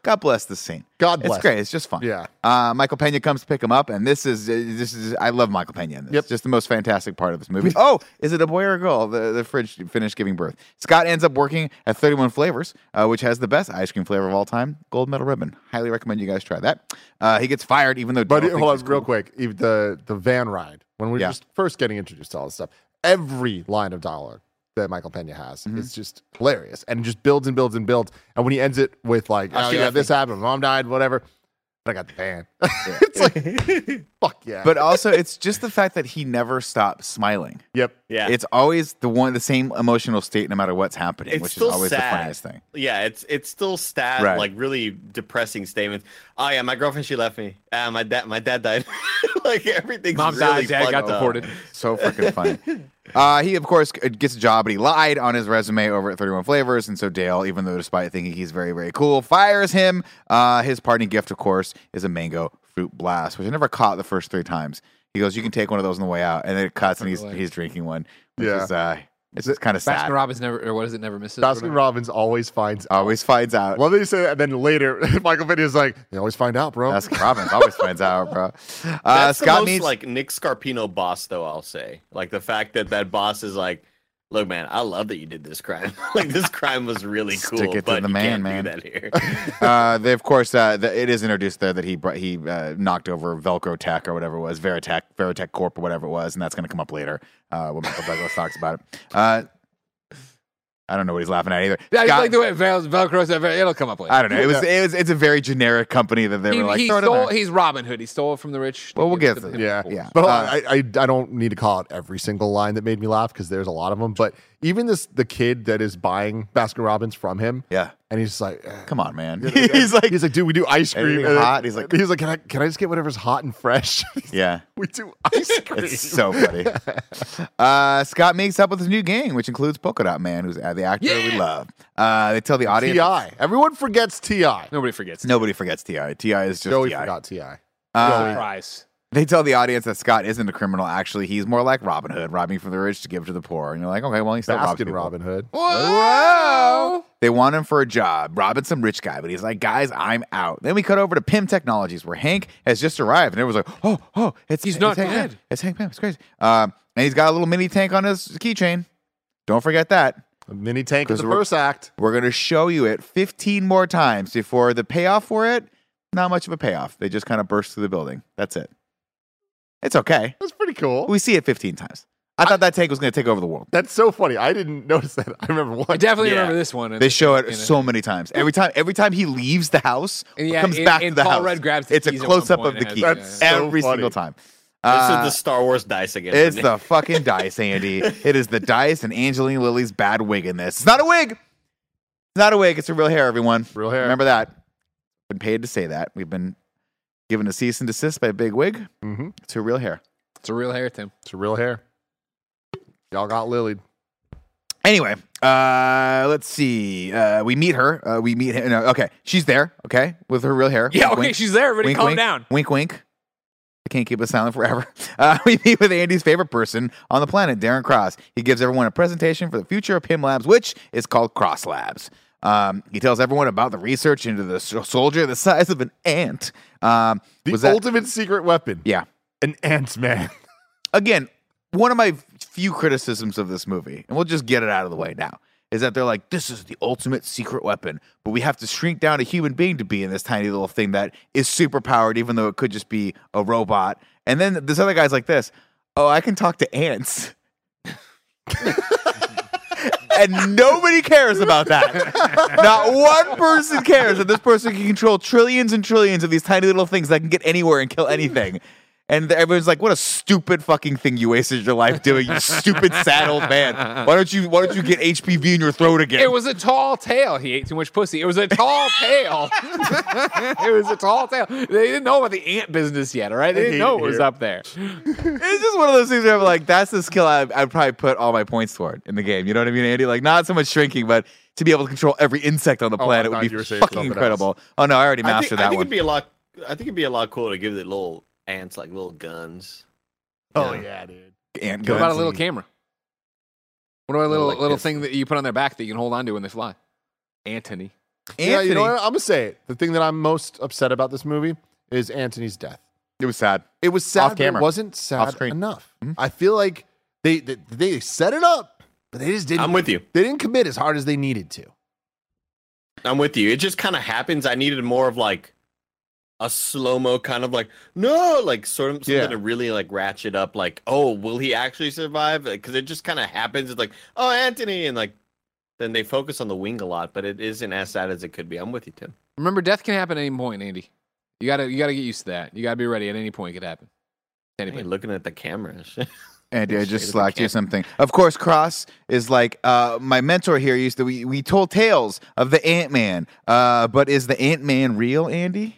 S1: God bless this scene.
S2: God
S1: It's
S2: bless.
S1: great. It's just fun.
S2: Yeah.
S1: Uh, Michael Pena comes to pick him up, and this is uh, this is I love Michael Pena in this.
S2: Yep.
S1: Just the most fantastic part of this movie. oh, is it a boy or a girl? The the fridge finished giving birth. Scott ends up working at 31 Flavors, uh, which has the best ice cream flavor of all time, gold medal ribbon. Highly recommend you guys try that. Uh, he gets fired, even though.
S2: But
S1: Daryl
S2: it-
S1: thinks
S2: hold on,
S1: he's
S2: real
S1: cool.
S2: quick. Eve, The the van ride when we were
S1: Yeah.
S2: just first getting introduced to all this stuff. Every line of dialogue that Michael Pena has
S1: Mm-hmm.
S2: is just hilarious, and it just builds and builds and builds. And when he ends it with like, "Oh
S4: see
S2: yeah,
S4: that
S2: this happened. Mom died. Whatever." But I got the van. it's like, fuck yeah.
S1: But also, it's just the fact that he never stops smiling.
S2: yep.
S4: Yeah.
S1: It's always the one, the same emotional state, no matter what's happening,
S4: It's
S1: which is
S4: still
S1: always
S4: sad.
S1: the funniest thing.
S4: Yeah, it's it's still sad,
S1: Right.
S4: like really depressing statements. Oh yeah, my girlfriend she left me. Ah, my dad my dad died. like everything's
S3: Mom
S4: really
S3: died, dad
S4: fucked
S3: got
S4: up.
S3: deported.
S1: So freaking funny. Uh, he, of course, c- gets a job, but he lied on his resume over at 31 Flavors. And so Dale, even though despite thinking he's very, very cool, fires him. Uh, his parting gift, of course, is a mango fruit blast, which I never caught the first three times. He goes, You can take one of those on the way out. And then it cuts, and he's, he's drinking one, which
S2: Yeah.
S1: is uh, it's just kind of sad.
S3: Baskin Robbins never, or what is it, never misses? or
S2: Baskin
S3: whatever.
S2: Robbins always finds.
S1: Always finds out.
S2: Well, they say that, and then later Michael Pena's like, "They always find out, bro."
S1: Baskin Robbins always finds out, bro. Uh, Scott
S4: That's the most,
S1: meets.
S4: like Nick Scarpino boss though. I'll say like the fact that that boss is like, look, man, I love that you did this crime. like this crime was really cool,
S1: Stick it to
S4: but
S1: the
S4: you
S1: man,
S4: can't
S1: man.
S4: do that here.
S1: uh, they, of course, uh, the, it is introduced there that he brought, he uh, knocked over Velcro Tech or whatever it was, Veritech, Veritech Corp or whatever it was, and that's going to come up later uh, when Michael Douglas talks about it. Uh, I don't know what he's laughing at either.
S3: Yeah, it's
S1: Scott-
S3: like the way Vel- Velcro said, it'll come up later.
S1: I don't know. It was, it was it's a very generic company that they
S3: he,
S1: were like.
S3: he
S1: "Throw it in
S3: stole,
S1: there."
S3: he's Robin Hood. He stole it from the rich.
S1: Well, we'll
S3: He
S1: get
S3: was
S1: to
S3: the-
S1: it.
S2: Yeah.
S1: Yeah.
S2: But
S1: Uh,
S2: I, I I don't need to call out every single line that made me laugh because there's a lot of them. But even this the kid that is buying Baskin Robbins from him,
S1: yeah,
S2: and he's just like, eh.
S1: come on, man.
S2: he's like, he's like, dude, we do ice cream.
S1: Anything
S2: And
S1: hot? He's like-
S2: he's like, can I can I just get whatever's hot and fresh?
S1: yeah.
S2: we do ice cream.
S1: It's so funny. uh, Scott makes up with his new gang, which includes Polka Dot Man, who's uh, the actor we love. Uh, they tell the audience
S2: Ti, everyone forgets Ti.
S3: Nobody forgets.
S1: Nobody forgets Ti. Ti is just
S2: Joey
S1: T.I..
S2: forgot Ti.
S1: Uh,
S3: Prize.
S1: they tell the audience that Scott isn't a criminal. Actually, he's more like Robin Hood, robbing from the rich to give to the poor. And you're like, okay, well, he's still robs
S2: Baskin
S1: people.
S2: Robin Hood.
S3: Whoa!
S1: They want him for a job. Robin's some rich guy, but he's like, guys, I'm out. Then we cut over to Pym Technologies, where Hank has just arrived, and everyone's like, oh, oh, it's
S3: He's
S1: it's
S3: not
S1: Hank Pym.
S3: dead.
S1: It's Hank Pym. It's crazy. Um, and he's got a little mini tank on his keychain. Don't forget that.
S2: A mini tank in
S1: 'Cause
S2: the
S1: we're-
S2: first act.
S1: We're going to show you it 15 more times before the payoff for it, not much of a payoff. They just kind of burst through the building. That's it. It's okay.
S2: That's pretty cool.
S1: We see it 15 times. I thought that tank was going to take over the world.
S2: That's so funny. I didn't notice that. I remember
S3: I
S2: one.
S3: definitely
S4: Yeah.
S3: remember this one.
S1: They show it
S3: In a-
S1: so many times. Every time, every time he leaves the house,
S3: And
S1: or
S3: yeah,
S1: comes
S3: and-
S1: back
S3: and
S1: to the
S3: Paul
S1: house.
S3: Rudd grabs the
S1: it's a
S3: keys at
S1: close up
S3: one
S1: of
S3: point
S1: the
S3: and
S1: key
S3: has-
S2: yeah, yeah.
S1: every
S2: So funny.
S1: single time.
S4: this
S1: Uh,
S4: is the Star Wars dice again.
S1: it's the fucking dice, Andy. It is the dice and Angelina Lily's bad wig in this. It's not a wig. It's not a wig. It's a real hair, everyone.
S2: Real hair.
S1: Remember that. been paid to say that. We've been given a cease and desist by Big Wig.
S3: Mm-hmm.
S2: Mhm.
S1: It's her real hair.
S3: It's a real hair, Tim.
S2: It's a real hair. Y'all got lilied.
S1: Anyway, uh, let's see. Uh, we meet her. Uh, we meet him. No, okay, she's there. Okay, with her real hair.
S3: Yeah,
S1: Wink,
S3: okay,
S1: wink.
S3: she's there. Everybody
S1: wink,
S3: calm
S1: wink,
S3: down.
S1: Wink, wink. I can't keep us silent forever. Uh, we meet with Andy's favorite person on the planet, Darren Cross. He gives everyone a presentation for the future of Pym Labs, which is called Cross Labs. Um, he tells everyone about the research into the so- soldier the size of an ant. Um,
S2: The
S1: was that-
S2: ultimate secret weapon.
S1: yeah.
S2: An ant man.
S1: Again, one of my few criticisms of this movie, and we'll just get it out of the way now, is that they're like, this is the ultimate secret weapon, but we have to shrink down a human being to be in this tiny little thing that is super powered, even though it could just be a robot. And then this other guy's like this, oh, I can talk to ants. and nobody cares about that. Not one person cares that this person can control trillions and trillions of these tiny little things that can get anywhere and kill anything. And everyone's like, "What a stupid fucking thing you wasted your life doing, you stupid sad old man. Why don't you Why don't you get HPV in your throat again?"
S3: It was a tall tale. He ate too much pussy. It was a tall tale. it was a tall tale. They didn't know about the ant business yet, all right? They didn't
S2: hate
S3: know
S2: it
S3: it was
S2: here.
S3: up there.
S1: it's just one of those things where I'm like, "That's the skill I, I'd probably put all my points toward in the game." You know what I mean, Andy? Like, not so much shrinking, but to be able to control every insect on the
S2: I
S1: planet would
S2: thought Oh you
S1: be
S2: were saying
S1: fucking
S2: something else.
S1: incredible. Oh no, I already
S4: I
S1: mastered
S4: think,
S1: that
S4: I think
S1: one.
S4: it'd be a lot. I think it'd be a lot cooler to give the little ants like little guns.
S2: Oh yeah, dude.
S1: Ant
S3: What about a
S1: guns
S3: little
S1: and-
S3: camera? What about a little
S4: like
S3: little
S4: this.
S3: thing that you put on their back that you can hold on to when they fly? Anthony.
S2: Yeah, you
S1: Anthony-
S2: know what? I'm gonna say it. The thing that I'm most upset about this movie is Anthony's death.
S1: It was sad.
S2: It was sad,
S1: Off
S2: but it
S1: camera.
S2: wasn't sad
S1: screen. Mm-hmm.
S2: enough. I feel like they, they they set it up, but they just didn't.
S4: I'm with you.
S2: They didn't commit as hard as they needed to.
S4: I'm with you. It just kind of happens. I needed more of like a slow mo kind of like no, like sort of something
S2: Yeah.
S4: to really like ratchet up. Like, oh, will he actually survive? Because it just kind of happens. It's like, oh, Anthony, and like then they focus on the wing a lot, but it isn't as sad as it could be. I'm with you, Tim.
S3: Remember, death can happen at any point, Andy. You gotta you gotta get used to that. You gotta be ready at any point it could happen.
S4: Hey,
S3: Anybody.
S4: looking at the camera.
S1: Andy, I just
S4: Shaded
S1: slacked you
S4: mechanic.
S1: something. Of course, Cross is like uh, my mentor here used to. We, we told tales of the Ant Man, uh, but is the Ant Man real, Andy?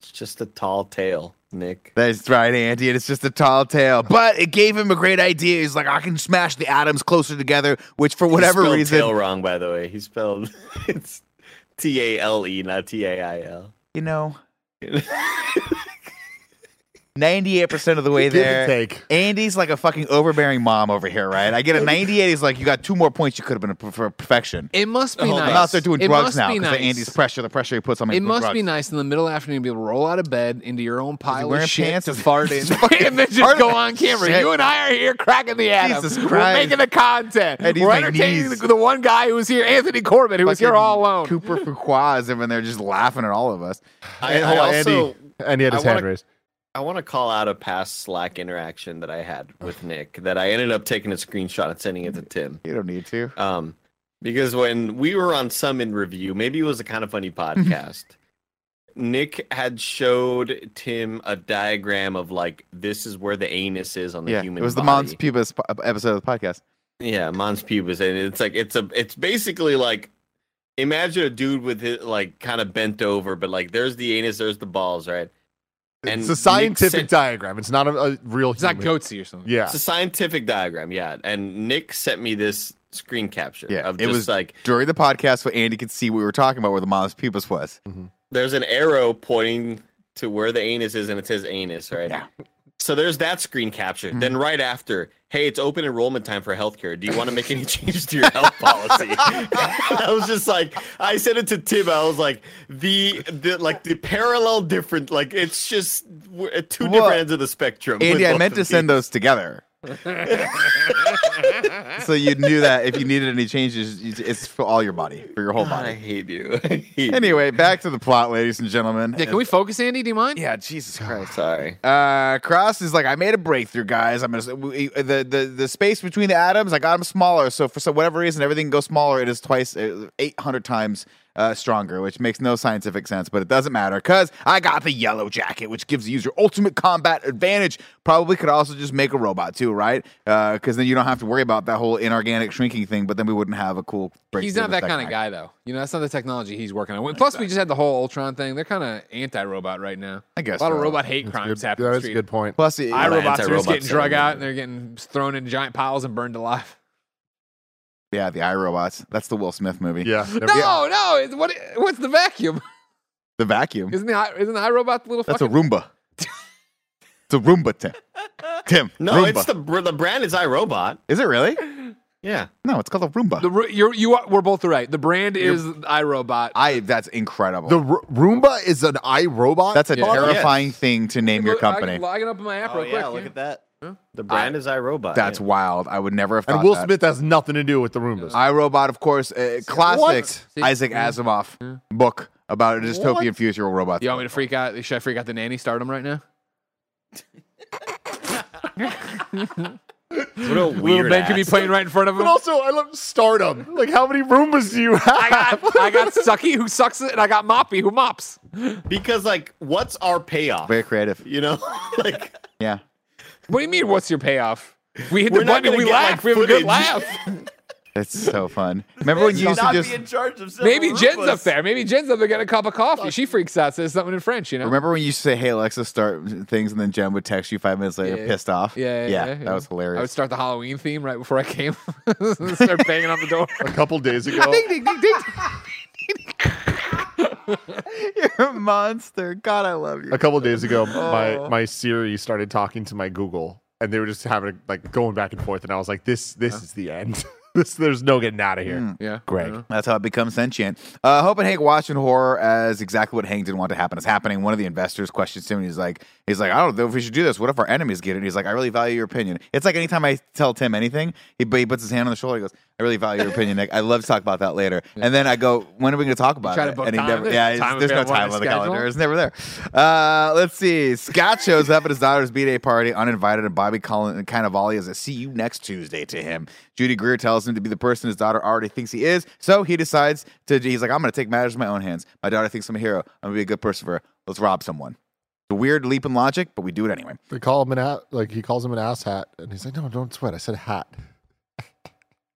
S4: it's just a tall tale, Nick.
S1: That's right, Andy. And it's just a tall tale, but it gave him a great idea. He's like, I can smash the atoms closer together, which for
S4: he
S1: whatever
S4: spelled
S1: reason,
S4: tail wrong by the way. He spelled it's T A L E, not T A I L.
S1: you know, ninety-eight percent of the way
S2: Give
S1: there.
S2: and take.
S1: Andy's like a fucking overbearing mom over here, right? I get a ninety-eight. He's like, you got two more points. You could have been a, per- for perfection.
S3: It must be
S4: Oh,
S3: nice.
S1: I'm out there doing
S3: it
S1: drugs
S3: must
S1: now
S3: be
S1: because
S3: nice.
S1: Andy's pressure, the pressure he puts on me.
S3: It
S1: with
S3: must
S1: drugs.
S3: be nice in the middle of the afternoon to be able to roll out of bed into your own pile
S1: wearing
S3: of shit
S1: pants?
S3: to
S1: Is-
S3: fart in
S1: is he fucking-
S3: and then just
S1: Pardon
S3: go
S1: me.
S3: on camera.
S1: Shit.
S3: You and I are here cracking the atom.
S1: Jesus
S3: We're
S1: Christ.
S3: making the content.
S1: And he's
S3: We're
S1: like
S3: entertaining the,
S1: knees.
S3: the one guy who was here, Anthony Corbett, who was here
S1: Fucking
S3: all alone.
S1: Cooper Fuqua is over there just laughing at all of us.
S4: I,
S2: Hey, hold
S4: I
S2: on,
S4: also-
S2: Andy. Andy had
S4: I
S2: his hand
S4: wanna-
S2: raised.
S4: I want to call out a past Slack interaction that I had with Nick that I ended up taking a screenshot and sending it to Tim.
S1: You don't need to.
S4: Um, because when we were on some in review, maybe it was a kind of funny podcast. Nick had showed Tim a diagram of like this is where the anus is on the
S1: yeah, it
S4: human.
S1: was the
S4: body.
S1: Mons Pubis po- episode of the podcast.
S4: Yeah, Mons pubis, and it's like it's a it's basically like imagine a dude with his like kind of bent over, but like there's the anus, there's the balls, right?
S2: it's a
S4: Nick
S2: scientific
S4: sent-
S2: diagram. It's not a, a real.
S3: It's not
S2: human.
S3: goatsy or something.
S2: Yeah.
S4: It's a scientific diagram, yeah. And Nick sent me this screen capture
S1: Yeah,
S4: of
S1: it
S4: just
S1: was-
S4: like
S1: During the podcast, so Andy could see what we were talking about, where the Mons Pubis was.
S4: there's an arrow pointing to where the anus is, and it says anus, right?
S1: Yeah. Mm-hmm.
S4: So there's that screen capture. Then right after, hey, it's open enrollment time for healthcare. Do you want to make any changes to your health policy? I was just like, I said it to Tim. I was like, the, the like the parallel different, like it's just we're at two
S1: Well,
S4: different ends of the spectrum. with
S1: Andy, I
S4: both
S1: meant
S4: of
S1: to send
S4: these.
S1: those together. so you knew that if you needed any changes, you- it's for all your body, for your whole
S4: God,
S1: body.
S4: I hate you. I hate you.
S1: Anyway, back to the plot, ladies and gentlemen.
S3: Yeah, can we focus, Andy? Do you mind?
S1: Yeah, Jesus Christ.
S4: Sorry.
S1: Uh, Cross is like, I made a breakthrough, guys. I'm gonna we, e, the, the the space between the atoms. I got them smaller, so for so whatever reason, everything goes smaller. It is twice, uh, eight hundred times uh, stronger, which makes no scientific sense, but it doesn't matter because I got the yellow jacket, which gives the user ultimate combat advantage. Probably could also just make a robot too, right? Because then you don't have to worry about that whole inorganic shrinking thing, but then we wouldn't have a cool break.
S3: He's not that kind of guy, though. You know, that's not the technology he's working on. Plus, we just had the whole Ultron thing. They're kind of anti-robot right now.
S1: I guess
S3: a lot of
S1: so.
S3: robot hate crimes
S2: That's
S3: happening.
S2: a good point.
S1: Plus, it,
S3: iRobots are just
S4: anti-robots
S3: getting drug
S4: are-
S3: out and they're getting thrown in giant piles and burned alive.
S1: yeah, the iRobots. That's the Will Smith movie.
S2: Yeah.
S3: No, no. It's, what? What's the vacuum?
S1: The vacuum.
S3: Isn't the i- isn't the iRobot the little
S1: That's a
S3: fucking
S1: Roomba. it's a Roomba, Tim. Tim.
S4: No,
S1: Roomba.
S4: it's the br- the brand is iRobot.
S1: Is it really?
S4: Yeah.
S1: No, it's called a Roomba.
S3: the ro- you're, you are, we're both right. The brand is iRobot.
S1: I. That's incredible.
S2: The R- Roomba is an iRobot?
S1: that's a
S4: Yeah.
S1: terrifying thing to name your
S3: Look, I
S1: company.
S3: can log it up in my app
S5: Oh
S3: real
S5: yeah,
S3: quick.
S5: look
S3: yeah.
S5: at that.
S4: The brand is iRobot.
S1: That's
S4: yeah.
S1: wild. I would never have thought
S2: and Will
S1: that.
S2: Smith has nothing to do with the Roombas.
S1: iRobot, of course, uh, classic
S2: What?
S1: Isaac Asimov book about a dystopian future where robots.
S3: You want me to freak out? Should I freak out the nanny stardom right now?
S4: what a
S3: Little
S4: weird.
S3: Ben could be
S4: ass.
S3: playing right in front of him.
S2: But also, I love stardom. Like, how many Roombas do you
S3: I
S2: have?
S3: got I got Sucky who sucks it, and I got Moppy who mops.
S4: because like, what's our payoff?
S1: Very creative.
S4: You know, like
S1: Yeah.
S3: What do you mean? What's your payoff? We hit the
S4: We're not
S3: button,
S4: gonna
S3: we
S4: get, like,
S3: laugh, we have a good
S4: footage.
S3: laugh.
S1: That's so fun. Remember when you used to
S5: not
S1: just
S5: be in charge of several
S3: Maybe Jen's up
S5: Roombas.
S3: there. Maybe Jen's up there getting a cup of coffee. She freaks out, says something in French. You know.
S1: remember when you used to say, "Hey Alexa, start things," and then Jen would text you five minutes later,
S3: Yeah.
S1: pissed off.
S3: Yeah, yeah, yeah,
S1: that
S3: yeah.
S1: was
S3: I would
S1: hilarious.
S3: start the Halloween theme right before I came. Start banging on the door.
S2: a couple days ago.
S1: You're a monster. God, I love you.
S2: a couple days ago, my my Siri started talking to my Google, and they were just having like going back and forth, and I was like, "This this is the end. this there's no getting out of here."
S4: Hmm,
S3: Yeah.
S4: Uh-huh.
S2: Greg,
S1: Mm-hmm. That's how it becomes sentient. Uh, Hope and Hank watching horror as exactly what Hank didn't want to happen is happening. One of the investors questions him, and he's like, "He's like, I don't know if we should do this. What if our enemies get it?" And he's like, "I really value your opinion." It's like anytime I tell Tim anything, he, but he puts his hand on the shoulder. He goes, "I really value your opinion, Nick. I love to talk about that later." And then I go, "When are we going to talk about
S3: try
S1: it?"
S3: to book
S1: and
S3: time?
S1: never,
S3: Is
S1: yeah,
S3: there
S1: it's-
S3: time
S1: there's no
S3: available on
S1: time
S3: his
S1: on the
S3: schedule?
S1: calendar. It's never there. Uh, let's see. Scott shows up at his daughter's b-day party uninvited, and Bobby Collin Cannavale is a "See you next Tuesday" to him. Judy Greer tells him to be the person his daughter already thinks he is, so he decides to. He's like, "I'm going to take matters in my own hands. My daughter thinks I'm a hero. I'm going to be a good person for her. Let's rob someone." The weird leap in logic, but we do it anyway.
S2: they call him an ass. Like he calls him an ass hat, and he's like, "No, don't sweat. I said hat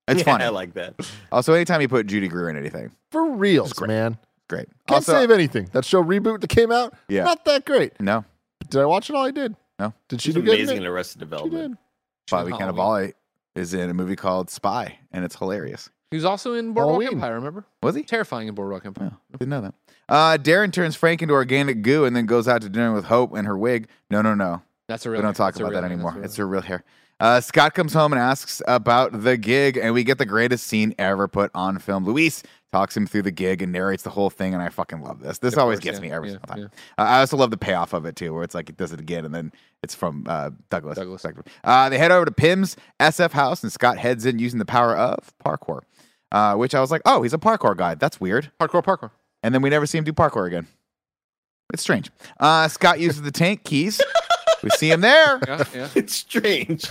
S1: It's
S4: yeah,
S1: funny.
S4: I like that.
S1: also, anytime you put Judy Greer in anything,
S2: for real, man.
S1: great.
S2: Can't
S1: also,
S2: save anything. That show reboot that came out,
S1: Yeah.
S2: not that great.
S1: no,
S2: Did I watch it? All I did.
S1: No.
S2: Did she
S4: She's
S2: do good? in
S4: amazing
S2: it?
S4: in Arrested
S2: She did.
S4: Development.
S1: Bobby
S3: Halloween.
S1: Cannavale is in a movie called Spy, and it's hilarious.
S3: He was also in Boardwalk
S2: Halloween.
S3: Empire. Remember?
S1: Was he?
S3: Terrifying in Boardwalk Empire.
S1: Didn't know that. Uh, Darren turns Frank into organic goo and then goes out to dinner with Hope and her wig. No, no, no.
S3: That's a real.
S1: We don't
S3: name.
S1: talk
S3: That's a
S1: about
S3: real
S1: that
S3: name.
S1: anymore.
S3: That's a real
S1: It's her real hair. Uh, Scott comes home and asks about the gig, and we get the greatest scene ever put on film. Luis talks him through the gig and narrates the whole thing, and I fucking love this. This always
S3: course,
S1: gets
S3: yeah,
S1: me every
S3: yeah,
S1: single time. Uh, I also love the payoff of it too, where it's like it does it again, and then it's from uh, Douglas.
S3: Douglas.
S1: Uh, they head over to Pim's SF house, and Scott heads in using the power of parkour, uh, which I was like, oh, he's a parkour guy. That's weird
S3: Parkour, parkour.
S1: and then we never see him do parkour again. It's strange. Uh, Scott uses the tank keys. We see him there.
S3: Yeah, yeah.
S4: It's strange.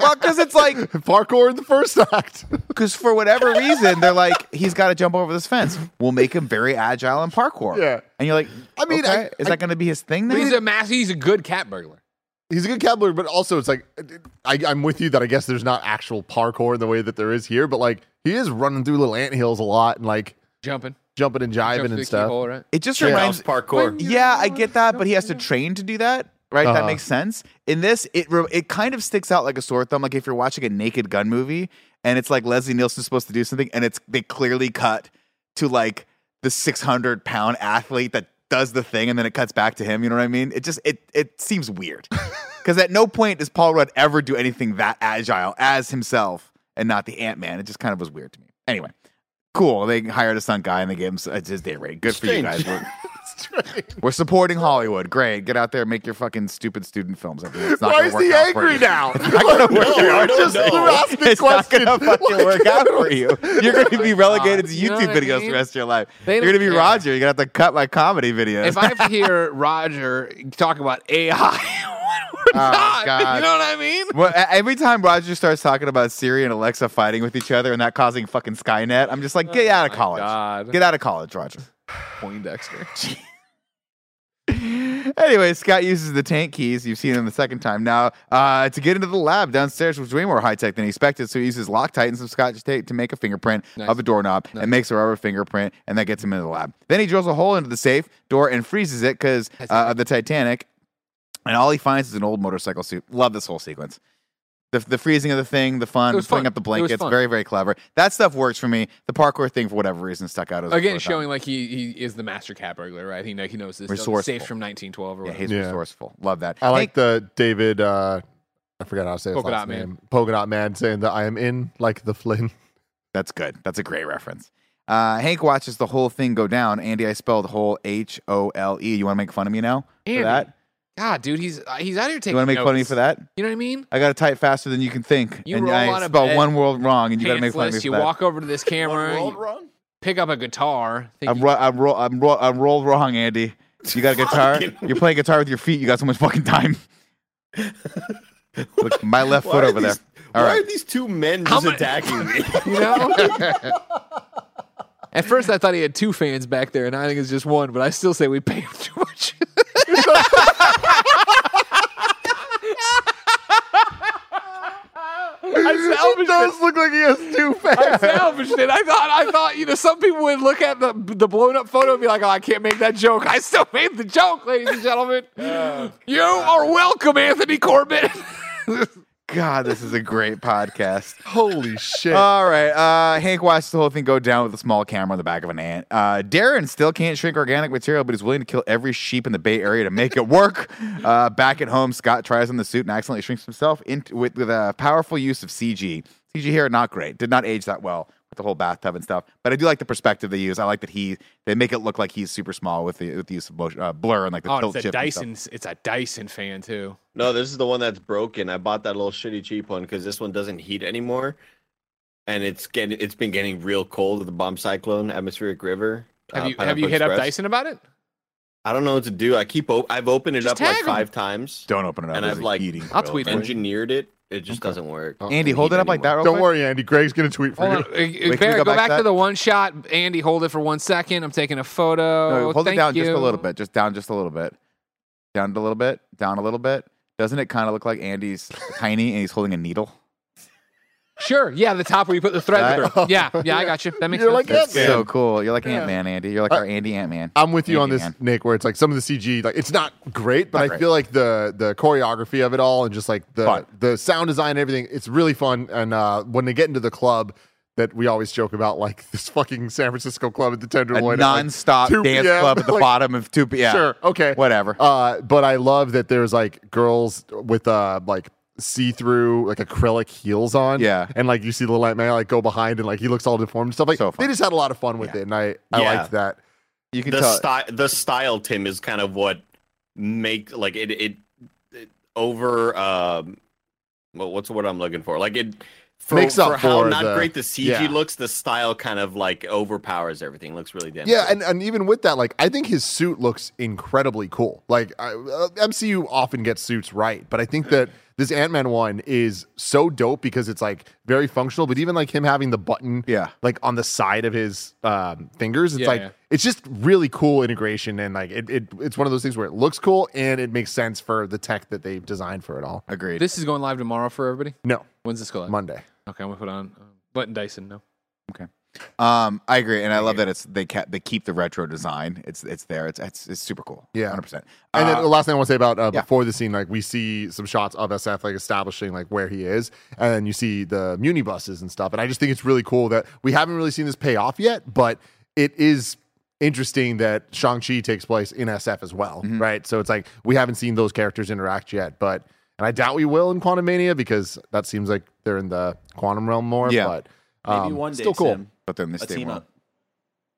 S1: Well, because it's like,
S2: Parkour in the first act.
S1: because for whatever reason, they're like, he's got to jump over this fence. We'll make him very agile in parkour.
S2: Yeah.
S1: And you're like, I mean,
S2: mean, I-
S1: is
S2: I-
S1: that going to be his thing
S3: But
S1: then?
S3: he's a mass. He's a good cat burglar.
S2: he's a good cat burglar, but also it's like I, I'm with you that I guess there's not actual parkour in the way that there is here, but like he is running through little ant hills a lot and like
S3: Jumping,
S2: jumping and jiving
S3: jumping through the
S2: and stuff.
S3: keyhole, right?
S1: it just
S4: Tree
S1: reminds
S4: house parkour.
S1: Yeah, I get that, but he has to train to do that, right? That
S2: Uh-huh.
S1: makes sense. In this, it re- it kind of sticks out like a sore thumb. Like if you're watching a Naked Gun movie, and it's like Leslie Nielsen's supposed to do something, and it's they clearly cut to like the 600 pound athlete that does the thing, and then it cuts back to him. You know what I mean? It just it it seems weird because at no point does Paul Rudd ever do anything that agile as himself, and not the Ant Man. It just kind of was weird to me. Anyway. Cool. They hired a stunt guy and they gave him s- his day rate. Good for you
S4: Strange.
S1: guys. We're- we're supporting Hollywood. Great. Get out there, and make your fucking stupid student films. everyone. It's not gonna
S2: Why is
S1: work
S2: he
S1: out for
S2: angry
S1: you.
S2: now?
S1: gonna work
S2: No,
S1: out.
S2: I just
S4: No.
S2: you asking
S1: It's not
S2: questions.
S1: gonna fucking
S2: Like,
S1: work out for you. You're gonna be relegated to
S3: You know
S1: YouTube
S3: what I
S1: videos
S3: mean?
S1: the rest of your life.
S3: They
S1: You're gonna be
S3: don't care.
S1: Roger. You're gonna have to cut my comedy videos.
S3: If I have to hear Roger talk about AI, not.
S1: Oh, God.
S3: You know what I mean?
S1: Well, e- every time Roger starts talking about Siri and Alexa fighting with each other and that causing fucking Skynet, I'm just like, get out of college.
S3: God.
S1: Get out of college, Roger.
S3: Poindexter.
S1: Anyway, Scott uses the tank keys. You've seen him the second time now uh, to get into the lab downstairs, was way more high tech than he expected. So he uses Loctite and some Scotch tape to make a fingerprint
S3: Nice.
S1: of a doorknob and makes a rubber fingerprint, and that gets him into the lab. Then he drills a hole into the safe door and freezes it because uh, of the Titanic. And all he finds is an old motorcycle suit. Love this whole sequence. The, the freezing of the thing, the fun,
S3: It was
S1: putting
S3: fun.
S1: up the
S3: It was
S1: blankets,
S3: fun.
S1: very, very clever. That stuff works for me. The parkour thing, for whatever reason, stuck out. as the
S3: Again,
S1: first
S3: showing like he he is the master cat burglar, right? He know he knows this.
S1: Resourceful.
S3: Safe from 1912 or
S1: time. Yeah,
S3: whatever.
S1: he's
S2: Yeah.
S1: resourceful. Love that.
S2: I
S1: Hank-
S2: like the David. uh I forgot how to say his
S3: Polka
S2: last
S3: dot man.
S2: name. Polka dot man saying that I am in like the Flynn.
S1: That's good. That's a great reference. Uh, Hank watches the whole thing go down. Andy, I spelled whole H O L E. You want to make fun of me now
S3: Andy,
S1: for that?
S3: God, dude, he's uh, he's out here taking.
S1: You want to make fun of me
S3: notes.
S1: for that?
S3: You know what I mean?
S1: I got to type faster than you can think,
S3: You
S1: and
S3: roll
S1: I
S3: out of
S1: spelled
S3: bed,
S1: one world wrong, and you got to make fun of me
S3: Pantsless.
S1: for
S3: You
S1: that.
S3: walk over to this camera,
S4: World
S3: you
S4: wrong?
S3: pick up a guitar. think
S1: I'm
S3: you-
S1: ro- I'm roll I'm roll I'm roll wrong, Andy. You got a guitar.
S4: Fucking-
S1: You're playing guitar with your feet. You got so much fucking time. Look, my left
S4: Why
S1: foot
S4: are
S1: over
S4: these-
S1: there. All
S4: why
S1: right.
S4: are these two men
S3: How
S4: just
S3: many-
S4: attacking me?
S3: you know. At first, I thought he had two fans back there, and I think it's just one. But I still say we pay him too much. I salvaged it.
S1: look like he has two
S3: I salvaged it. I thought, I thought, you know, some people would look at the the blown up photo and be like, "Oh, I can't make that joke." I still made the joke, ladies and gentlemen. you are welcome, Anthony Oh, Corbett.
S1: God, this is a great podcast.
S2: Holy shit!
S1: All right. Uh, Hank watched the whole thing go down with a small camera on the back of an ant. Uh, Darren still can't shrink organic material, but he's willing to kill every sheep in the Bay Area to make it work. Uh, back at home, Scott tries on the suit and accidentally shrinks himself in, with, with a powerful use of CG. CG here, not great. Did not age that well with the whole bathtub and stuff. But I do like the perspective they use. I like that he they make it look like he's super small with the with the use of motion, uh, blur and like the tilt shift. and stuff.
S3: It's a Oh, Dyson fan too.
S4: No, this is the one that's broken. I bought that little shitty cheap one because this one doesn't heat anymore, and it's getting it's been getting real cold with the bomb cyclone, atmospheric river. uh,
S3: Have you have you
S4: Pineapple
S3: hit up
S4: Express.
S3: Dyson about it?
S4: I don't know what to do. I keep op- I've opened it
S3: Just
S4: up like
S3: tag 'em.
S4: five times,
S1: Don't open it up.
S4: and
S1: There's
S4: I've
S1: a
S4: like
S1: heating
S3: I'll
S1: grill
S3: tweet
S1: there.
S3: it.
S4: engineered it. It just doesn't work.
S5: Oh.
S1: Andy, hold it up like that. Real
S2: Don't
S1: quick.
S2: worry, Andy. Greg's gonna tweet for you.
S3: Hold on. Uh,
S1: can
S3: uh,
S1: we
S3: Barrett,
S1: go
S3: go
S1: back
S3: back,
S1: to
S3: to
S1: that?
S3: the one shot. Andy, hold it for one second. I'm taking a photo.
S1: No, hold
S3: Oh, Thank
S1: it down
S3: you.
S1: just a little bit. Just down just a little bit. Down a little bit. Down a little bit. Doesn't it kind of look like Andy's tiny and he's holding a needle?
S3: Sure. Yeah, the top where you put the thread
S1: Right?
S3: through. Yeah, yeah, I got you. That makes
S2: You're
S3: sense.
S2: like Ant Man.
S1: So cool. You're like Ant Man, Andy. You're like our Andy Ant Man.
S2: I'm with you on
S1: Andy
S2: this,
S1: Man.
S2: Nick. Where it's like some of the CG, like it's not great, but
S1: Not
S2: I
S1: great.
S2: feel like the the choreography of it all and just like the
S1: Fun.
S2: the sound design, and everything. It's really fun. And uh, when they get into the club. That we always joke about, like this fucking San Francisco club at the
S1: A
S2: Tenderloin. at, like,
S1: nonstop
S2: 2
S1: dance
S2: PM,
S1: club at the
S2: like,
S1: bottom of two. Yeah,
S2: Sure. Okay.
S1: whatever.
S2: Uh, but I love that there's like girls with uh like see-through like acrylic heels on.
S1: Yeah.
S2: And like you see the light man like go behind and like he looks all deformed and stuff. Like
S1: So fun.
S2: they just had a lot of fun with it. And I, I
S4: Yeah.
S2: liked that.
S1: you can
S4: the
S1: tell.
S4: style the style tim is kind of what make like it it, it over um well, what's the word i'm looking for like it for,
S2: Makes up
S4: for how
S2: for
S4: not
S2: the-
S4: great the cg
S2: yeah.
S4: looks the style kind of like overpowers everything It looks really damn
S2: Yeah,
S4: good.
S1: uh,
S2: and, and even with that, like I think his suit looks incredibly cool. Like I, uh, MCU often gets suits right, but I think that this Ant Man one is so dope because it's like very functional. But even like him having the button,
S1: Yeah.
S2: like on the side of his um, fingers, it's
S3: Yeah,
S2: like
S3: yeah.
S2: it's just really cool integration, and like it, it it's one of those things where it looks cool and it makes sense for the tech that they've designed for it all.
S1: Agreed.
S3: This is going live tomorrow for everybody.
S2: No,
S3: When's this go live?
S2: Monday.
S3: Okay, I'm gonna put on um, button Dyson. No.
S1: um, I agree, and I love that it's they kept they keep the retro design. It's it's there. It's it's, it's super cool.
S2: Yeah.
S1: 100. percent Um,
S2: And then the last thing I want to say about uh,
S1: yeah.
S2: before the scene, like we see some shots of SF like establishing like where he is, and then you see the Muni buses and stuff. And I just think it's really cool that we haven't really seen this pay off yet, but it is interesting that Shang Chi takes place in SF as well,
S1: Mm-hmm.
S2: right? So it's like we haven't seen those characters interact yet, but and I doubt we will in Quantum Mania because that seems like they're in the quantum realm more.
S1: Yeah.
S2: but
S5: Maybe
S2: um,
S5: one day,
S2: still cool
S5: Tim,
S1: but then they
S5: a
S1: stay
S5: team
S1: warm.
S5: up.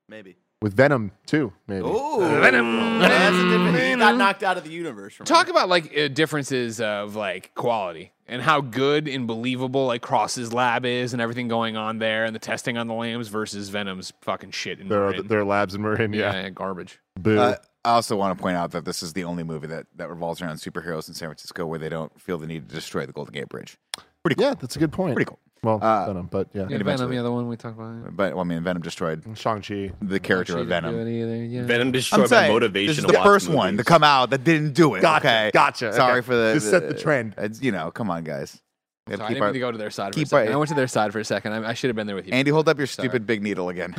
S5: Maybe.
S2: with Venom too. Maybe
S5: Ooh, That's a different. He got knocked out of the universe. From
S3: Talk about like uh, differences of like quality and how good and believable like Cross's lab is and everything going on there and the testing on the lambs versus Venom's fucking shit. In
S2: their
S3: Marin.
S2: their labs in Marin, yeah.
S3: yeah, garbage.
S2: Boo.
S1: Uh, I also want to point out that this is the only movie that, that revolves around superheroes in San Francisco where they don't feel the need to destroy the Golden Gate Bridge. Pretty cool.
S2: Yeah, that's a good point.
S1: Pretty cool.
S2: Well,
S1: Uh,
S2: Venom, but yeah.
S3: Yeah, Venom,
S1: eventually.
S3: yeah, the one we talked about.
S1: But well, I mean, Venom destroyed
S2: Shang-Chi.
S1: the character of Venom.
S4: Venom destroyed my motivation.
S1: This is
S4: to
S1: the
S4: watch
S1: first one to
S4: movies.
S1: come out that didn't do it.
S2: Gotcha,
S1: Okay,
S2: gotcha,
S1: Sorry
S2: okay.
S1: for the.
S2: Just set the trend.
S1: It's, you know, come on, guys. We
S3: Sorry,
S1: gotta
S3: I
S1: keep
S3: didn't
S1: our-
S3: mean to go to their side for a
S1: keep
S3: second.
S1: our-
S3: I went to their side for a second. I, I should have been there with you.
S1: Andy, hold up your
S3: Sorry.
S1: stupid big needle again.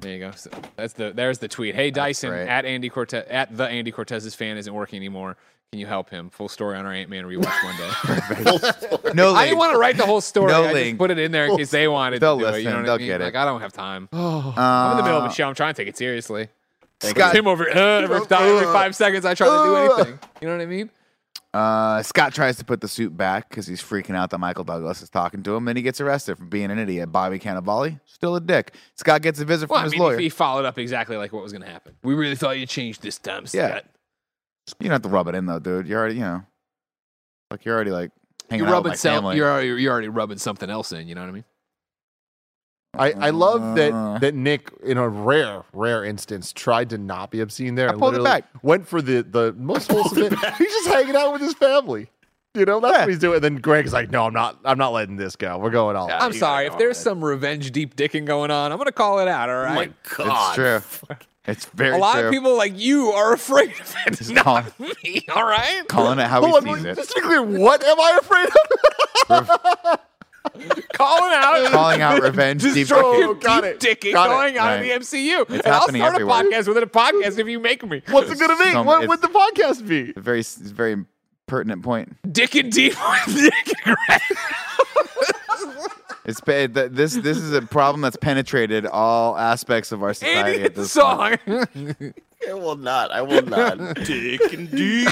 S3: there you go. So that's the there's the tweet. Hey Dyson
S1: right.
S3: at Andy Cortez at the Andy Cortez's fan isn't working anymore. Can you help him? Full story on our Ant Man rewatch one day.
S1: No,
S3: I
S1: link.
S3: didn't want to write the whole story.
S1: No
S3: I just
S1: link.
S3: put it in there in case they wanted
S1: They'll
S3: to do it. You
S1: listen.
S3: know what I
S1: They'll
S3: mean?
S1: get it.
S3: Like I don't have time.
S1: Uh,
S3: I'm in the middle of a show. I'm trying to take it seriously.
S1: Scott,
S3: Tim over uh, every, time, every five seconds. I try to do anything. You know what I mean?
S1: uh, Scott tries to put the suit back because he's freaking out that Michael Douglas is talking to him. Then he gets arrested for being an idiot. Bobby Cannavale, still a dick. Scott gets a visit from
S3: Well, I
S1: his
S3: mean,
S1: lawyer.
S3: if he followed up exactly like what was going to happen. We really thought you changed this time, Scott.
S1: Yeah. You don't have to rub it in though, dude. You're already, you know, like you're already like hanging
S3: You're
S1: out with
S3: rubbing
S1: my
S3: some-
S1: family.
S3: you're already you're already rubbing something else in. You know what I mean?
S2: I, I love
S1: Uh.
S2: that that Nick, in a rare, rare instance, tried to not be obscene there.
S1: I
S2: and
S1: pulled it
S2: literally
S1: back.
S2: Went for the the most wholesome. thing. He's just hanging out with his family. You know, that's
S1: Yeah.
S2: what he's doing. And then Greg's like, "No, I'm not. I'm not letting this go. We're going all out."
S3: I'm sorry if there's some revenge deep dicking going on. I'm going to call it out. All
S4: Oh my
S3: right.
S4: god.
S1: It's true. It's very
S3: a lot
S1: true.
S3: of people like you are afraid of it,
S1: Just
S3: not
S1: calling,
S3: me. All right.
S1: calling it how
S2: Hold
S1: he
S2: on,
S1: sees it.
S2: just to be clear, what am I afraid of?
S3: Calling out.
S1: calling out revenge. Deep
S3: Destructive
S2: Oh, got
S3: deep
S2: it.
S3: dicking
S2: Got it.
S3: going on
S1: Right.
S3: in the MCU. and I'll
S1: happening
S3: start
S1: everywhere.
S3: a podcast within a podcast if you make me.
S2: What's it going to be?
S1: Some-
S2: what
S1: it's-
S2: would the podcast be?
S1: a very, it's a very pertinent point.
S3: Dicking deep with Nick and Greg.
S1: It's pa- th- this. This is a problem that's penetrated all aspects of our society.
S3: Andy
S1: at
S3: hit the
S1: this Point.
S3: song.
S4: I will not. I will not.
S5: Dick and Deep.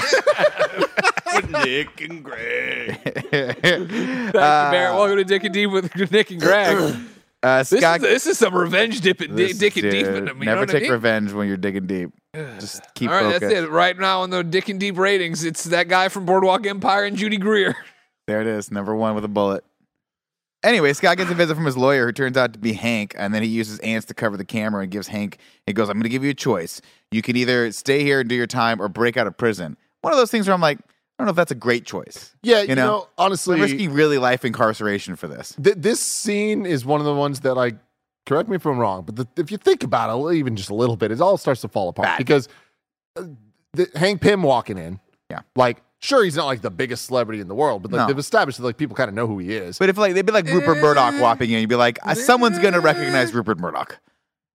S5: Nick and Greg.
S3: Thank you, Barrett. Welcome to Dick and Deep with Nick and Greg.
S1: Uh,
S3: This,
S1: Scott,
S3: is, this is some revenge dipping,
S1: this
S3: di-
S1: is-
S3: dicking deep
S1: dude,
S3: in them. You know
S1: Never
S3: what I
S1: take
S3: mean?
S1: revenge when you're digging deep. Just keep
S3: All right,
S1: focused.
S3: that's it. Right now on the Dick and Deep ratings, it's that guy from Boardwalk Empire and Judy Greer.
S1: There it is, number one with a bullet. Anyway, Scott gets a visit from his lawyer, who turns out to be Hank, and then he uses ants to cover the camera and gives Hank. He goes, "I'm going to give you a choice. You can either stay here and do your time, or break out of prison." One of those things where I'm like, I don't know if that's a great choice.
S2: Yeah, you know, honestly-
S1: I'm risking really life incarceration for this.
S2: Th- this scene is one of the ones that like correct me if i'm wrong but the, if you think about it li- even just a little bit it all starts to fall apart because uh, the, hank pym walking in
S1: Yeah.
S2: like sure he's not like the biggest celebrity in the world but like
S1: No.
S2: they've established that like people kind of know who he is
S1: But if like they'd be like Rupert
S4: Eh.
S1: Murdoch whopping in, you'd be like, "Uh, someone's going to recognize Rupert Murdoch.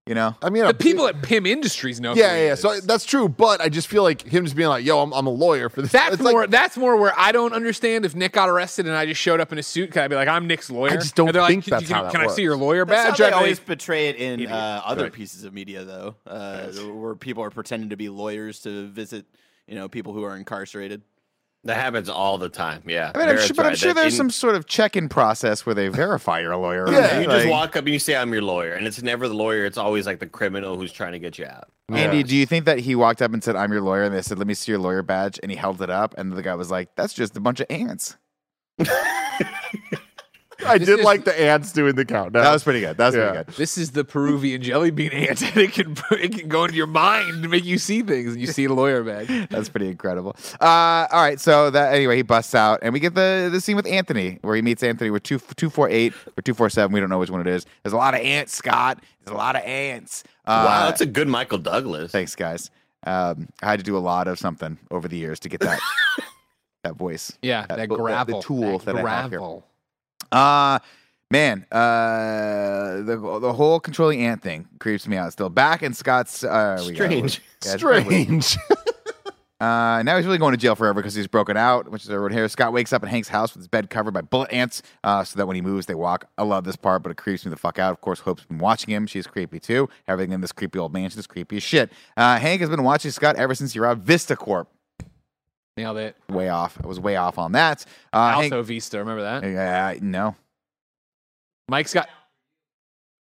S1: You know,
S2: i mean
S3: The people at Pym Industries know.
S2: yeah
S3: who
S2: yeah,
S3: he
S2: yeah.
S3: is.
S2: so that's true but i just feel like him just being like yo i'm, I'm a lawyer for this
S3: that's
S2: It's like-
S3: more. that's more where I don't understand if Nick got arrested and I just showed up in a suit. Can I be like, I'm Nick's lawyer?
S2: I just don't
S3: And they're like,
S2: think
S3: "Can-
S2: that's
S3: can,
S2: how that
S3: Can I
S2: works.
S3: see your lawyer
S5: That's
S3: badge?
S5: how
S3: I'd
S5: they
S3: be
S5: always
S3: like,
S5: portray it in
S3: Idiot.
S5: uh,
S3: Go
S5: other
S3: ahead.
S5: pieces of media, though, uh, where people are pretending to be lawyers to visit, you know, people who are incarcerated.
S4: That happens all the time. Yeah.
S1: I mean, I'm
S4: Barrett's
S1: sure, but I'm
S4: right.
S1: sure
S4: That
S1: there's
S4: in-
S1: some sort of check-in process where they verify you're a lawyer.
S2: Yeah,
S4: You
S1: right?
S4: just
S1: Like-
S4: walk up and you say, "I'm your lawyer," and it's never the lawyer. It's always like the criminal who's trying to get you out.
S1: Andy, do you think that he walked up and said, I'm your lawyer? And they said, Let me see your lawyer badge. And he held it up. And the guy was like, That's just a bunch of ants.
S2: i did
S3: is-
S2: like the ants doing the countdown
S1: That was pretty good. That was
S2: Yeah.
S1: pretty good.
S3: This is the Peruvian jelly bean ant. it can it can go into your mind and make you see things, and you see a lawyer badge.
S1: That's pretty incredible. Uh, all right. So that anyway, he busts out, and we get the the scene with Anthony, where he meets Anthony. We're two two four eight or two four seven. We don't know which one it is. There's a lot of ants, Scott. There's a lot of ants. Uh,
S4: wow, that's a good Michael Douglas.
S1: thanks, guys. Um, I had to do a lot of something over the years to get that that voice.
S3: Yeah,
S1: That-
S3: that,
S1: the- the
S3: gravel,
S1: tool that I have here.
S3: gravel.
S1: Uh man, uh the the whole controlling ant thing creeps me out still. Back in Scott's uh we got-
S4: Strange.
S1: yeah, it's weird.
S2: strange
S1: Uh now he's really going to jail forever because he's broken out, which is everyone here. Scott wakes up in Hank's house with his bed covered by bullet ants, uh, so that when he moves they walk. I love this part, but it creeps me the fuck out. Of course, Hope's been watching him. She's creepy too. Everything in this creepy old mansion is creepy as shit. Uh Hank has been watching Scott ever since he robbed Vista Corp.
S3: Nailed it.
S1: Way off. I was way off on that. Uh
S3: also,
S1: Hank-
S3: Vista. Remember that?
S1: uh, no.
S3: Mike's got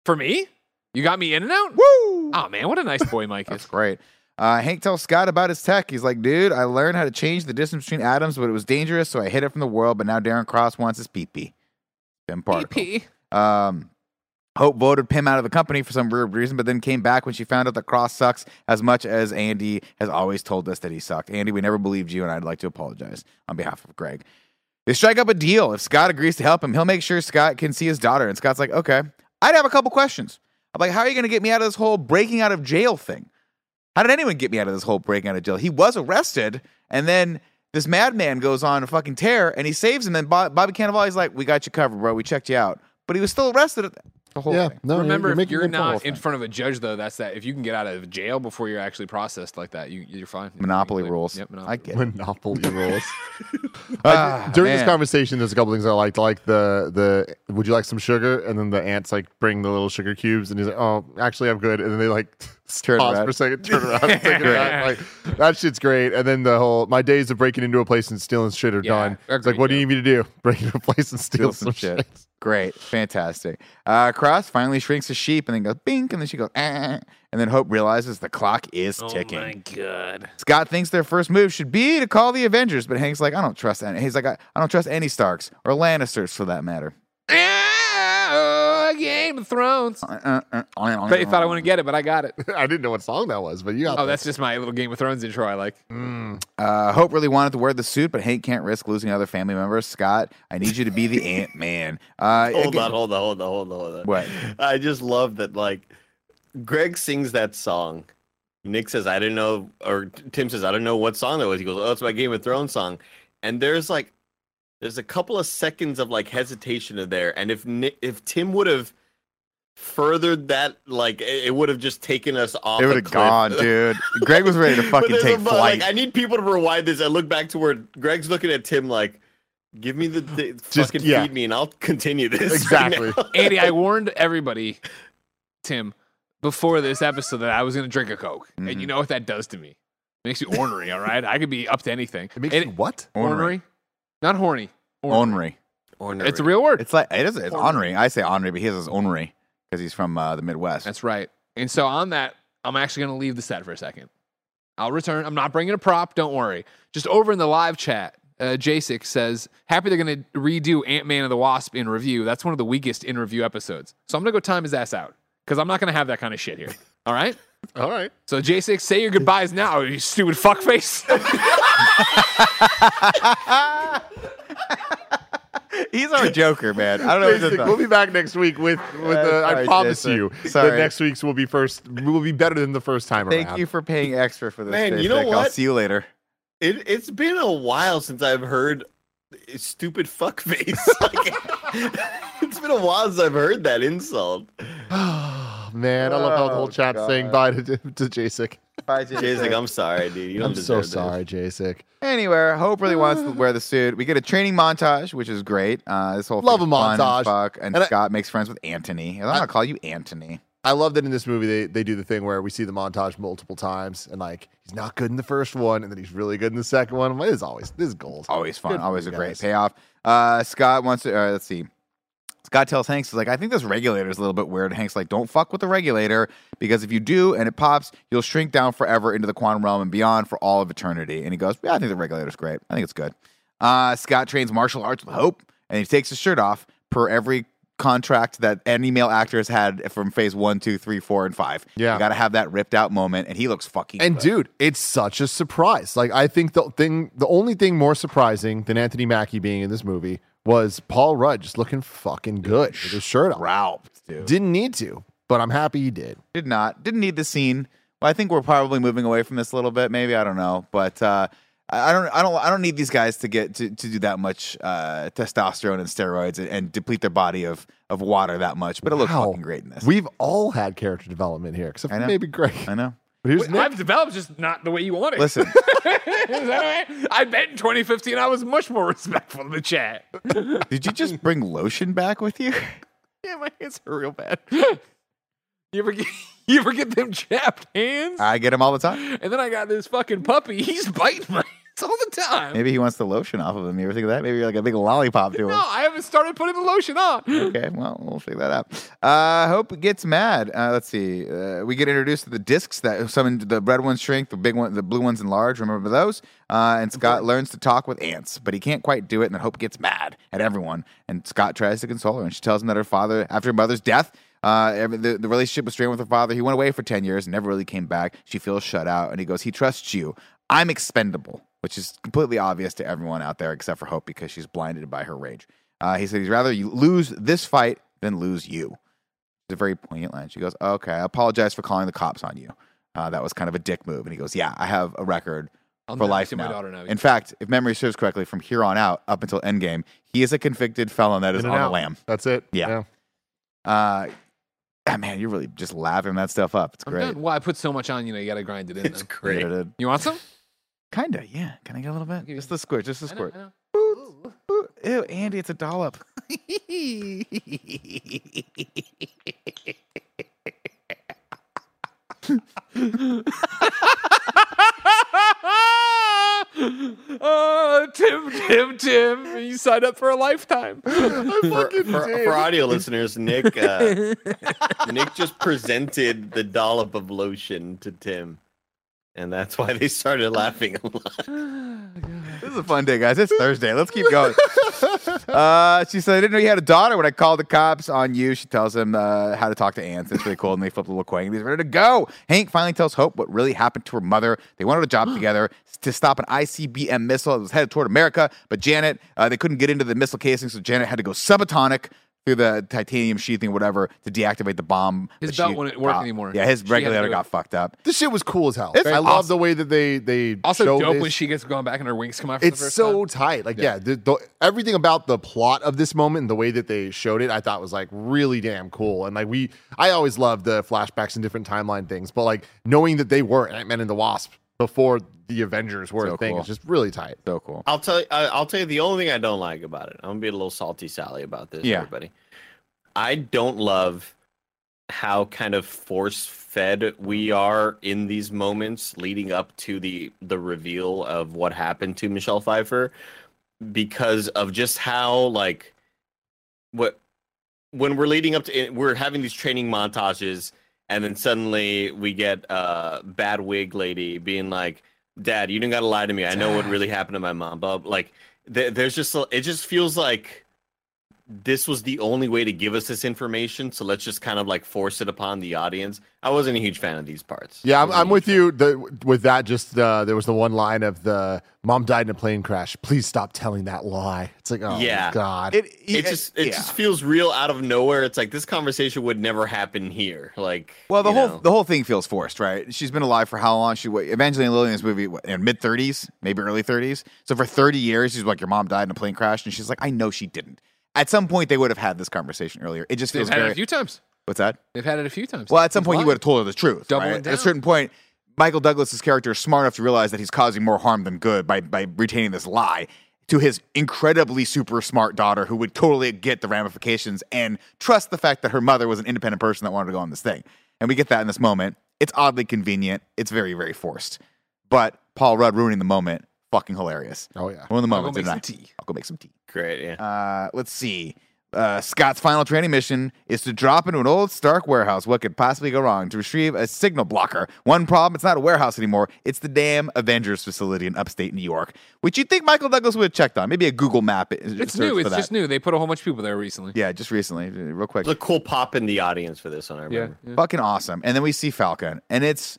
S3: for me. You got me in and out.
S1: Woo!
S3: Oh man, what a nice boy Mike
S1: That's
S3: is.
S1: great. Uh, Hank tells Scott about his tech. He's like, dude, I learned how to change the distance between atoms, but it was dangerous, so I hid it from the world. But now Darren Cross wants his pee pee. Jim Particle.
S3: PP.
S1: Um, Hope voted Pim out of the company for some weird reason, but then came back when she found out that Cross sucks as much as Andy has always told us that he sucked. Andy, we never believed you, and I'd like to apologize on behalf of Greg. They strike up a deal. If Scott agrees to help him, he'll make sure Scott can see his daughter. And Scott's like, okay. I'd have a couple questions. I'm like, how are you going to get me out of this whole breaking out of jail thing? How did anyone get me out of this whole breaking out of jail? He was arrested, and then this madman goes on a fucking tear, and he saves him. And Bob, Bobby Cannavale is like, we got you covered, bro. We checked you out. But he was still arrested at the whole
S2: Yeah,
S1: thing.
S2: no,
S3: Remember,
S2: you're,
S3: if
S2: making
S3: you're
S2: a good point.
S3: not in front of a judge, though, that's that. If you can get out of jail before you're actually processed like that, you, you're fine.
S1: Monopoly
S3: You're clear.
S1: rules.
S3: Yep,
S1: I
S3: monopoly.
S1: get it.
S2: Monopoly rules.
S1: Ah,
S2: During this
S1: man.
S2: conversation, there's a couple things I liked, like the the would you like some sugar? And then the ants like bring the little sugar cubes, and he's like, oh, actually, I'm good. And then they like
S1: Turn
S2: pause
S1: around.
S2: for a second, turn around, and take it back. Like that shit's great. And then the whole my days of breaking into a place and stealing shit are
S3: Yeah,
S2: done. It's like,
S3: agreed,
S2: what do
S3: yeah.
S2: you need me to do? Break into a place and steal,
S1: Steal some shit.
S2: shit.
S1: Great. Fantastic. Uh, Cross finally shrinks a sheep and then goes bink, and then she goes, ah, and then Hope realizes the clock is ticking.
S3: god.
S1: Scott thinks their first move should be to call the Avengers, but Hank's like, I don't trust any. He's like, I, I don't trust any Starks or Lannisters for that matter.
S3: Ah, Game of Thrones.
S1: Uh,
S3: Bet you thought I wouldn't get it, but I got it.
S2: I didn't know what song that was, but you got
S3: Oh, that's just my little Game of Thrones intro I like.
S1: Uh, Hope really wanted to wear the suit, but Hank can't risk losing other family members. Scott, I need you to be the Ant Man. Uh,
S4: Hold
S1: again-
S4: on, hold on, hold on, hold on, hold on.
S1: What?
S4: I just love that. Like, Greg sings that song. Nick says, "I didn't know," or Tim says, "I don't know what song that was." He goes, "Oh, it's my Game of Thrones song." And there's like, there's a couple of seconds of like hesitation in there. And if Nick, if Tim would have furthered that, like, it, it would have just taken us off.
S1: It
S4: a
S1: would have
S4: cliff.
S1: gone, dude. Greg was ready to
S4: But
S1: fucking
S4: there's a
S1: take
S4: bu-
S1: flight.
S4: Like, I need people to rewind this. I look back to where Greg's looking at Tim like. Give me the, the
S2: Just-
S4: fucking
S2: yeah.
S4: feed me, and I'll continue this. right
S2: Exactly.
S4: now."
S3: Andy, I warned everybody, Tim, before this episode that I was going to drink a Coke. And
S1: Mm-hmm.
S3: you know what that does to me? It makes me ornery, all right? I could be up to anything.
S2: It makes
S3: And-
S2: you what?
S3: ornery. Not horny.
S1: Ornery.
S3: It's a real word.
S1: It's like it is. It's ornery. I say ornery, but he says ornery because he's from uh, the Midwest.
S3: That's right. And so on that, I'm actually going to leave the set for a second. I'll return. I'm not bringing a prop. Don't worry. Just over in the live chat, uh, Jasik says, happy they're going to redo Ant Man and the Wasp in review. That's one of the weakest in review episodes. So I'm going to go time his ass out because I'm not going to have that kind of shit here. All right?
S2: All right.
S3: So J6, say your goodbyes now, you stupid fuckface.
S1: he's our Joker, man. I don't know. What to
S2: Basic.
S1: thought.
S2: We'll be back next week with with.
S1: Yeah,
S2: Uh,
S1: sorry,
S2: I promise
S1: Jason.
S2: you that
S1: Sorry.
S2: next week's will be first. Will be better than the first time around.
S1: Thank you for paying extra for this.
S4: Man,
S1: Jay
S4: you know
S1: Fick. I'll
S4: what?
S1: see you later.
S4: It it's been a while since I've heard stupid fuckface. Like, it's been a while since I've heard that insult.
S2: Oh, man, I love how the whole
S1: Oh,
S2: chat's saying bye to, to Jacek.
S1: Bye,
S4: Jay's like, I'm sorry, dude. You don't
S2: I'm so
S4: deserve this."
S2: sorry, Jacek.
S1: Anywhere, Hope really wants
S2: Uh.
S1: to wear the suit. We get a training montage, which is great. Uh, this whole
S2: Love
S1: thing's
S2: a
S1: fun as
S2: montage.
S1: fuck. And,
S2: And I-
S1: Scott makes friends with Anthony. I'm gonna call you Anthony.
S2: I love that in this movie they, they do the thing where we see the montage multiple times and like he's not good in the first one and then he's really good in the second one. I'm like, This is always this is gold.
S1: Always fun.
S2: Good for
S1: always a
S2: you
S1: great
S2: guys.
S1: payoff. Uh, Scott wants to. Uh, let's see. Scott tells Hanks, he's like, I think this regulator is a little bit weird. Hank's like, don't fuck with the regulator because if you do and it pops, you'll shrink down forever into the quantum realm and beyond for all of eternity. And he goes, yeah, I think the regulator's great. I think it's good. Uh, Scott trains martial arts with Hope and he takes his shirt off per every contract that any male actor has had from phase one, two, three, four, and five.
S2: Yeah.
S1: You got to have that ripped out moment. And he looks fucking
S2: And
S1: good.
S2: dude, it's such a surprise. Like I think the thing the only thing more surprising than Anthony Mackie being in this movie was Paul Rudd just looking fucking good with his shirt on.
S1: Ralphed, dude.
S2: Didn't need to, but I'm happy he did.
S1: Did not. Didn't need the scene. Well, I think we're probably moving away from this a little bit. Maybe I don't know, but uh, I I don't. I don't. I don't need these guys to get to, to do that much uh, testosterone and steroids and, and deplete their body of of water that much. But it looks
S2: Wow.
S1: fucking great in this.
S2: We've all had character development here, except
S1: I
S2: for
S1: know.
S2: maybe Greg.
S1: I know.
S2: But here's Nick.
S3: I've developed just not the way you want it.
S1: Listen,
S3: Is that all right? I bet in 2015 I was much more respectful in the chat.
S1: did you just bring lotion back with you?
S3: yeah, my hands are real bad. you ever get you ever get them chapped hands?
S1: I get them all the time.
S3: and then I got this fucking puppy. He's biting my hands all the time.
S1: Maybe he wants the lotion off of him. You ever think of that? Maybe you're like a big lollipop to him.
S3: No, I haven't started putting the lotion on.
S1: okay, well, we'll figure that out. Uh, Hope gets mad. Uh, let's see. Uh, we get introduced to the discs that some in- the red ones shrink, the big one, the blue ones enlarge. Remember those? Uh, and Scott learns to talk with ants, but he can't quite do it. And then Hope gets mad at everyone. And Scott tries to console her, and she tells him that her father, after her mother's death, Uh, every- the, the relationship was strained with her father. He went away for 10 years, never really came back. She feels shut out, and he goes, He trusts you. I'm expendable, which is completely obvious to everyone out there except for Hope because she's blinded by her rage. Uh, he said, He'd rather you lose this fight than lose you. It's a very poignant line. She goes, Okay, I apologize for calling the cops on you. Uh, that was kind of a dick move. And he goes, Yeah, I have a record
S3: I'll
S1: for
S3: never
S1: life
S3: see my
S1: now.
S3: daughter now
S1: In fact, if memory serves correctly, from here on out, up until Endgame, he is a convicted felon that is
S2: In
S1: on
S2: and
S1: the
S2: out.
S1: lamb.
S2: That's it.
S1: Yeah. Uh, ah, man, you're really just lapping that stuff up. It's
S3: I'm
S1: great.
S3: done. Well, I put so much on, you know, you got to grind it in.
S4: It's
S3: then.
S4: great.
S3: You want some?
S1: Kinda, yeah. Can I get a little bit?
S3: give you-
S1: Just the squirt, just the
S3: I know,
S1: squirt.
S3: I know.
S1: Ooh, Ew, Andy, it's a dollop.
S3: oh, Tim, Tim, Tim, you signed up for a lifetime.
S4: For, for, for audio listeners, Nick uh, Nick just presented the dollop of lotion to Tim, and that's why they started laughing a lot.
S1: This is a fun day, guys. It's Thursday. Let's keep going. Uh, she said, I didn't know you had a daughter when I called the cops on you. She tells him uh, how to talk to aunts. It's really cool. And they flip a little coin. He's ready to go. Hank finally tells Hope what really happened to her mother. They wanted a job together to stop an ICBM missile that was headed toward America. But Janet, uh, they couldn't get into the missile casing, so Janet had to go subatomic through the titanium sheathing or whatever to deactivate the bomb.
S3: His
S1: that
S3: belt
S1: she
S3: wouldn't work
S1: got.
S3: anymore.
S1: Yeah, his
S3: She had to
S1: regulator
S3: do it.
S1: got fucked up.
S2: This shit was cool as hell.
S1: It's
S2: I love the way that they they
S3: Also,
S2: showed
S3: dope
S2: this.
S3: when she gets going back and her wings come out for
S2: it's
S3: the first
S2: so
S3: time.
S2: tight. Like, yeah, the, the, everything about the plot of this moment and the way that they showed it, I thought was like really damn cool. And like, we, I always love the flashbacks and different timeline things, but like knowing that they were Ant Man and the Wasp before the Avengers were
S1: So
S2: a thing
S1: cool.
S2: is just really tight.
S1: So cool.
S4: I'll tell you, I- I'll tell you the only thing I don't like about it. I'm gonna be a little salty Sally about this,
S1: Yeah.
S4: everybody. I don't love how kind of force fed we are in these moments leading up to the the reveal of what happened to Michelle Pfeiffer because of just how like what when we're leading up to eh, we're having these training montages and then suddenly we get uh bad wig lady being like dad you didn't gotta lie to me i know what really happened to my mom but like there, there's just a- it just feels like this was the only way to give us this information so let's just kind of like force it upon the audience i wasn't a huge fan of these parts
S2: Yeah, I'm, I'm with you. The, with that, just uh, there was the one line of the mom died in a plane crash. Please stop telling that lie. It's like, oh
S4: Yeah.
S2: god,
S1: It,
S4: it just it just feels real out of nowhere it's like this conversation would never happen here like
S1: Well, the
S4: you
S1: whole
S4: know.
S1: the whole thing feels forced, right? She's been alive for how long? She what, Evangeline Lilly in this movie what, in mid thirties, maybe early thirties. So for thirty years, she's like, "Your mom died in a plane crash," and she's like, "I know she didn't." At some point, they would have had this conversation earlier. It just
S3: They've
S1: feels
S3: had it a
S1: very.
S3: few times.
S1: What's that?
S3: They've had it a few times.
S1: Well, at some
S3: He's
S1: point, you
S3: lying.
S1: would have told her the truth.
S3: Doubling
S1: right? At a
S3: down.
S1: certain point, Michael Douglas's character is smart enough to realize that he's causing more harm than good by by retaining this lie to his incredibly super smart daughter, who would totally get the ramifications and trust the fact that her mother was an independent person that wanted to go on this thing. And we get that in this moment. It's oddly convenient. It's very very forced. But Paul Rudd ruining the moment, fucking hilarious.
S2: oh yeah.
S1: One of the
S3: I'll go
S1: moments.
S3: make some
S1: didn't I?
S3: tea.
S1: I'll go make some tea.
S4: great yeah
S1: Uh, let's see. Uh, Scott's final training mission is to drop into an old Stark warehouse. What could possibly go wrong? To retrieve a signal blocker. One problem: it's not a warehouse anymore. It's the damn Avengers facility in upstate New York, which you'd think Michael Douglas would have checked on. Maybe a Google Map.
S3: It's new. It's just new. They put a whole bunch of people there recently.
S1: Yeah, just recently, real quick.
S4: There's a cool pop in the audience for this one. I
S3: Yeah.
S4: remember.
S3: yeah.
S1: fucking awesome. And then we see Falcon, and it's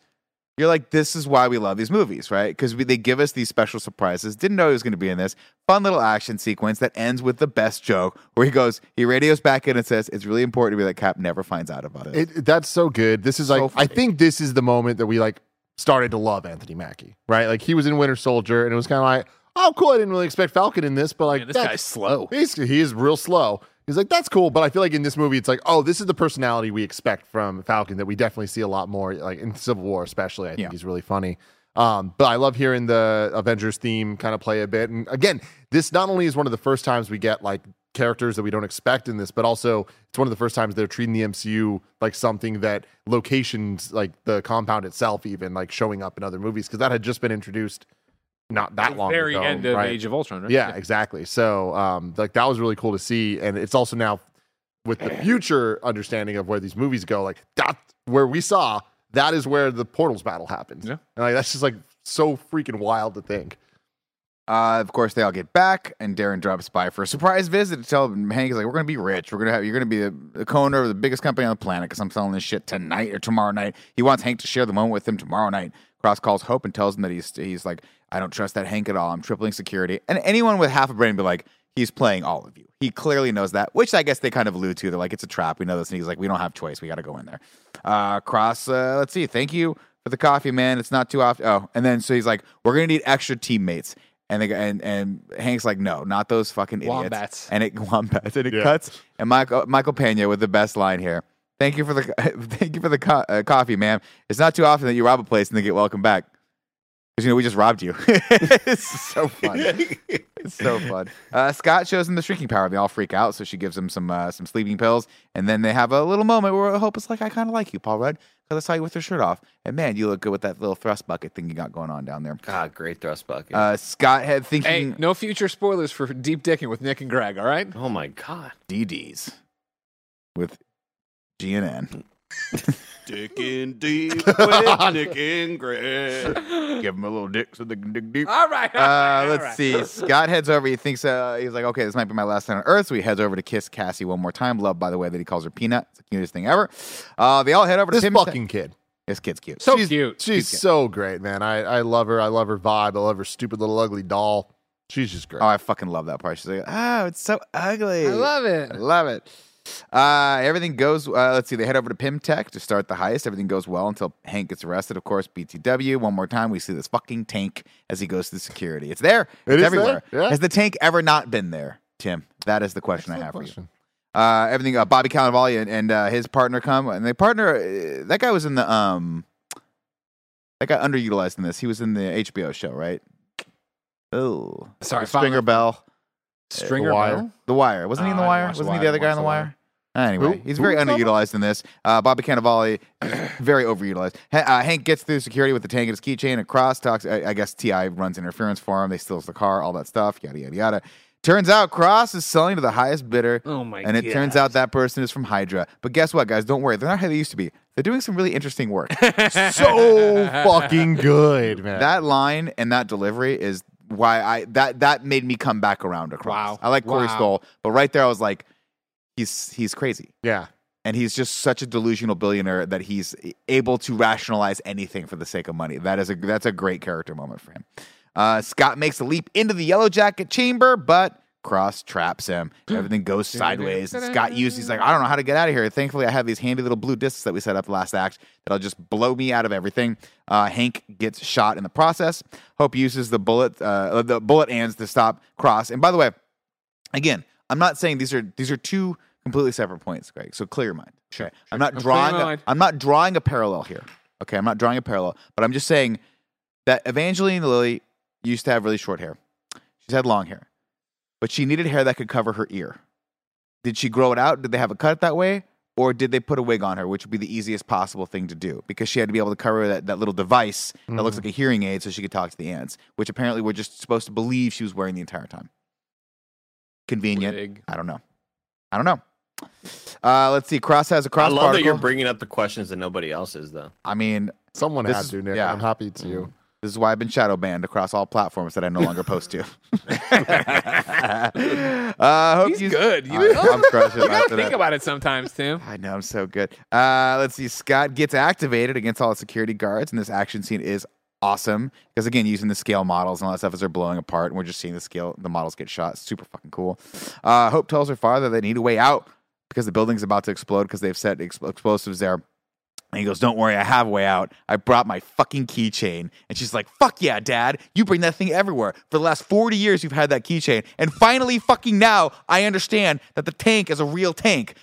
S1: you're like, this is why we love these movies, right? Because they give us these special surprises. Didn't know he was going to be in this fun little action sequence that ends with the best joke, where he goes, he radios back in and says, "It's really important to me that Cap never finds out about it."
S2: It, that's so good. This is like
S1: So
S2: I
S1: funny.
S2: think this is the moment that we like started to love Anthony Mackie, right? Like he was in Winter Soldier, and it was kind of like, oh, cool. I didn't really expect Falcon in this, but like
S3: Man, this
S2: that's-
S3: guy's slow.
S2: Basically, he is real slow. He's like, that's cool, but I feel like in this movie, it's like, oh, this is the personality we expect from Falcon that we definitely see a lot more, like in Civil War, especially. I think
S1: Yeah.
S2: he's really funny. Um, but I love hearing the Avengers theme kind of play a bit. And again, this not only is one of the first times we get like characters that we don't expect in this, but also it's one of the first times they're treating the MCU like something that locations, like the compound itself, even like showing up in other movies, because that had just been introduced not that
S3: The
S2: long
S3: very
S2: ago.
S3: end of
S2: right?
S3: Age of Ultron, right?
S2: Yeah, exactly. So, um, like that was really cool to see, and it's also now with the future understanding of where these movies go, like that where we saw that is where the portals battle happens.
S3: Yeah.
S2: and like that's just like so freaking wild to think.
S1: Uh, of course, they all get back, and Darren drops by for a surprise visit to tell him, Hank is like, "We're gonna be rich. We're gonna have. You're gonna be the, the co-owner of the biggest company on the planet because I'm selling this shit tonight or tomorrow night." He wants Hank to share the moment with him tomorrow night. Cross calls Hope and tells him that he's he's like, "I don't trust that Hank at all. I'm tripling security." And anyone with half a brain would be like, "He's playing all of you. He clearly knows that." Which I guess they kind of allude to. They're like, "It's a trap. We know this." And he's like, "We don't have choice. We got to go in there." Uh, Cross, uh, let's see. Thank you for the coffee, man. It's not too often. Oh, and then so he's like, "We're gonna need extra teammates." And they, and and Hank's like, no, not those fucking idiots.
S3: Wombats.
S1: And it wombats and it
S2: Yeah.
S1: cuts. And Michael uh, Michael Pena with the best line here. Thank you for the thank you for the co- uh, coffee, ma'am. It's not too often that you rob a place and then get welcome back because you know we just robbed you. it's so fun. it's so fun. Uh, Scott shows him the shrinking power. They all freak out, so she gives him some uh, some sleeping pills, and then they have a little moment where Hope is like, "I kind of like you, Paul Rudd, because I saw you with your shirt off, and man, you look good with that little thrust bucket thing you got going on down there."
S4: God, great thrust bucket.
S1: Uh, Scott had thinking
S3: Hey, no future spoilers for Deep Dicking with Nick and Greg, all right?
S4: oh my God.
S1: DDs with G and N.
S5: Dick and deep with Nick and Greg.
S1: Give him a little dick so they can dig deep.
S3: All right.
S1: Uh, let's see. Scott heads over. He thinks uh, he's like, okay, this might be my last night on Earth. So he heads over to kiss Cassie one more time. Love, by the way, that he calls her Peanut. It's the cutest thing ever. Uh, they all head over to
S2: This
S1: Tim's.
S2: fucking kid.
S1: this kid's cute.
S3: So
S2: she's,
S3: cute.
S2: She's so great, man. I, I love her. I love her vibe. I love her stupid little ugly doll. She's just great.
S1: Oh, I fucking love that part. She's like, oh, it's so ugly.
S3: I love it.
S1: I love it. Uh, everything goes. Uh, let's see. They head over to Pimtech to start the heist. Everything goes well until Hank gets arrested. Of course, BTW. One more time, we see this fucking tank as he goes through security. It's there.
S2: It
S1: it's
S2: is
S1: everywhere.
S2: there, yeah.
S1: Has the tank ever not been there, Tim? That is the question I
S2: Good
S1: have for
S2: question.
S1: you. Uh, everything. Uh, Bobby Cannavale and, and uh, his partner come, and their partner. Uh, that guy was in the um. That guy underutilized in this. He was in the HBO show, right? Oh,
S3: Sorry, found
S1: Stringer
S3: it.
S1: Bell.
S3: Stringer
S2: The Wire.
S3: Bell?
S1: The Wire. Wasn't he in
S3: Uh,
S1: The
S3: I
S1: Wire?
S3: watched The
S1: Wasn't he
S3: Wire.
S1: the other
S3: I
S1: guy on
S3: watched
S1: The
S3: The
S1: Wire? Anyway,
S2: Who-
S1: he's
S2: who
S1: very
S2: was on The
S1: underutilized in this. Uh, Bobby Cannavale, very overutilized. Ha- uh, Hank gets through security with the tank and his keychain across. Talks. I, I guess Ti runs interference for him. They steals the car. All that stuff. Yada yada yada. Turns out Cross is selling to the highest bidder.
S3: Oh my
S1: And it turns out that person is from Hydra. But guess what, guys? Don't worry. They're not how they used to be. They're doing some really interesting work.
S2: so fucking good, man.
S1: that line and that delivery is why I that that made me come back around to Cross.
S3: Wow.
S1: I like Corey
S3: Wow.
S1: Stoll, but right there I was like, he's he's crazy.
S2: yeah.
S1: and he's just such a delusional billionaire that he's able to rationalize anything for the sake of money. That is a that's a great character moment for him. Uh, Scott makes a leap into the yellow jacket chamber, but Cross traps him. Everything goes sideways. And Scott uses he's like, I don't know how to get out of here. Thankfully, I have these handy little blue discs that we set up last act that'll just blow me out of everything. Uh, Hank gets shot in the process. Hope uses the bullet uh, the bullet ends to stop Cross. And by the way, again, I'm not saying these are these are two completely separate points, Greg. So clear your mind. Sure. I'm not
S3: I'm clearing
S1: drawing.
S3: my
S1: A,
S3: mind.
S1: I'm not drawing a parallel here. Okay, I'm not drawing a parallel, but I'm just saying that Evangeline Lilly used to have really short hair. She's had long hair, but she needed hair that could cover her ear. Did she grow it out? Did they have it cut that way? Or did they put a wig on her, which would be the easiest possible thing to do? Because she had to be able to cover that, that little device that looks
S3: Mm-hmm.
S1: like a hearing aid so she could talk to the ants, which apparently we're just supposed to believe she was wearing the entire time. Convenient.
S3: Wig.
S1: I don't know. I don't know. Uh, let's see. Cross has a
S4: I
S1: cross
S4: love that
S1: particle.
S4: you're bringing up the questions that nobody else is, though.
S1: I mean,
S2: Someone
S1: This
S2: had
S1: is-
S2: to, Nick.
S1: yeah.
S2: I'm happy to. you.
S1: This is why I've been shadow banned across all platforms that I no longer post to. uh, hope
S3: He's
S1: you-
S3: good. You,
S1: I, am crushing
S3: you gotta
S1: after
S3: think
S1: that.
S3: about it sometimes, Tim.
S1: I know I'm so good. Uh, let's see. Scott gets activated against all the security guards, and this action scene is awesome because again, using the scale models and all that stuff as they're blowing apart, and we're just seeing the scale, the models get shot. Super fucking cool. Uh, Hope tells her father they need a way out because the building's about to explode because they've set ex- explosives there. And he goes, Don't worry, I have a way out. I brought my fucking keychain. And she's like, Fuck yeah, dad. You bring that thing everywhere. For the last 40 years, you've had that keychain. And finally, fucking now, I understand that the tank is a real tank.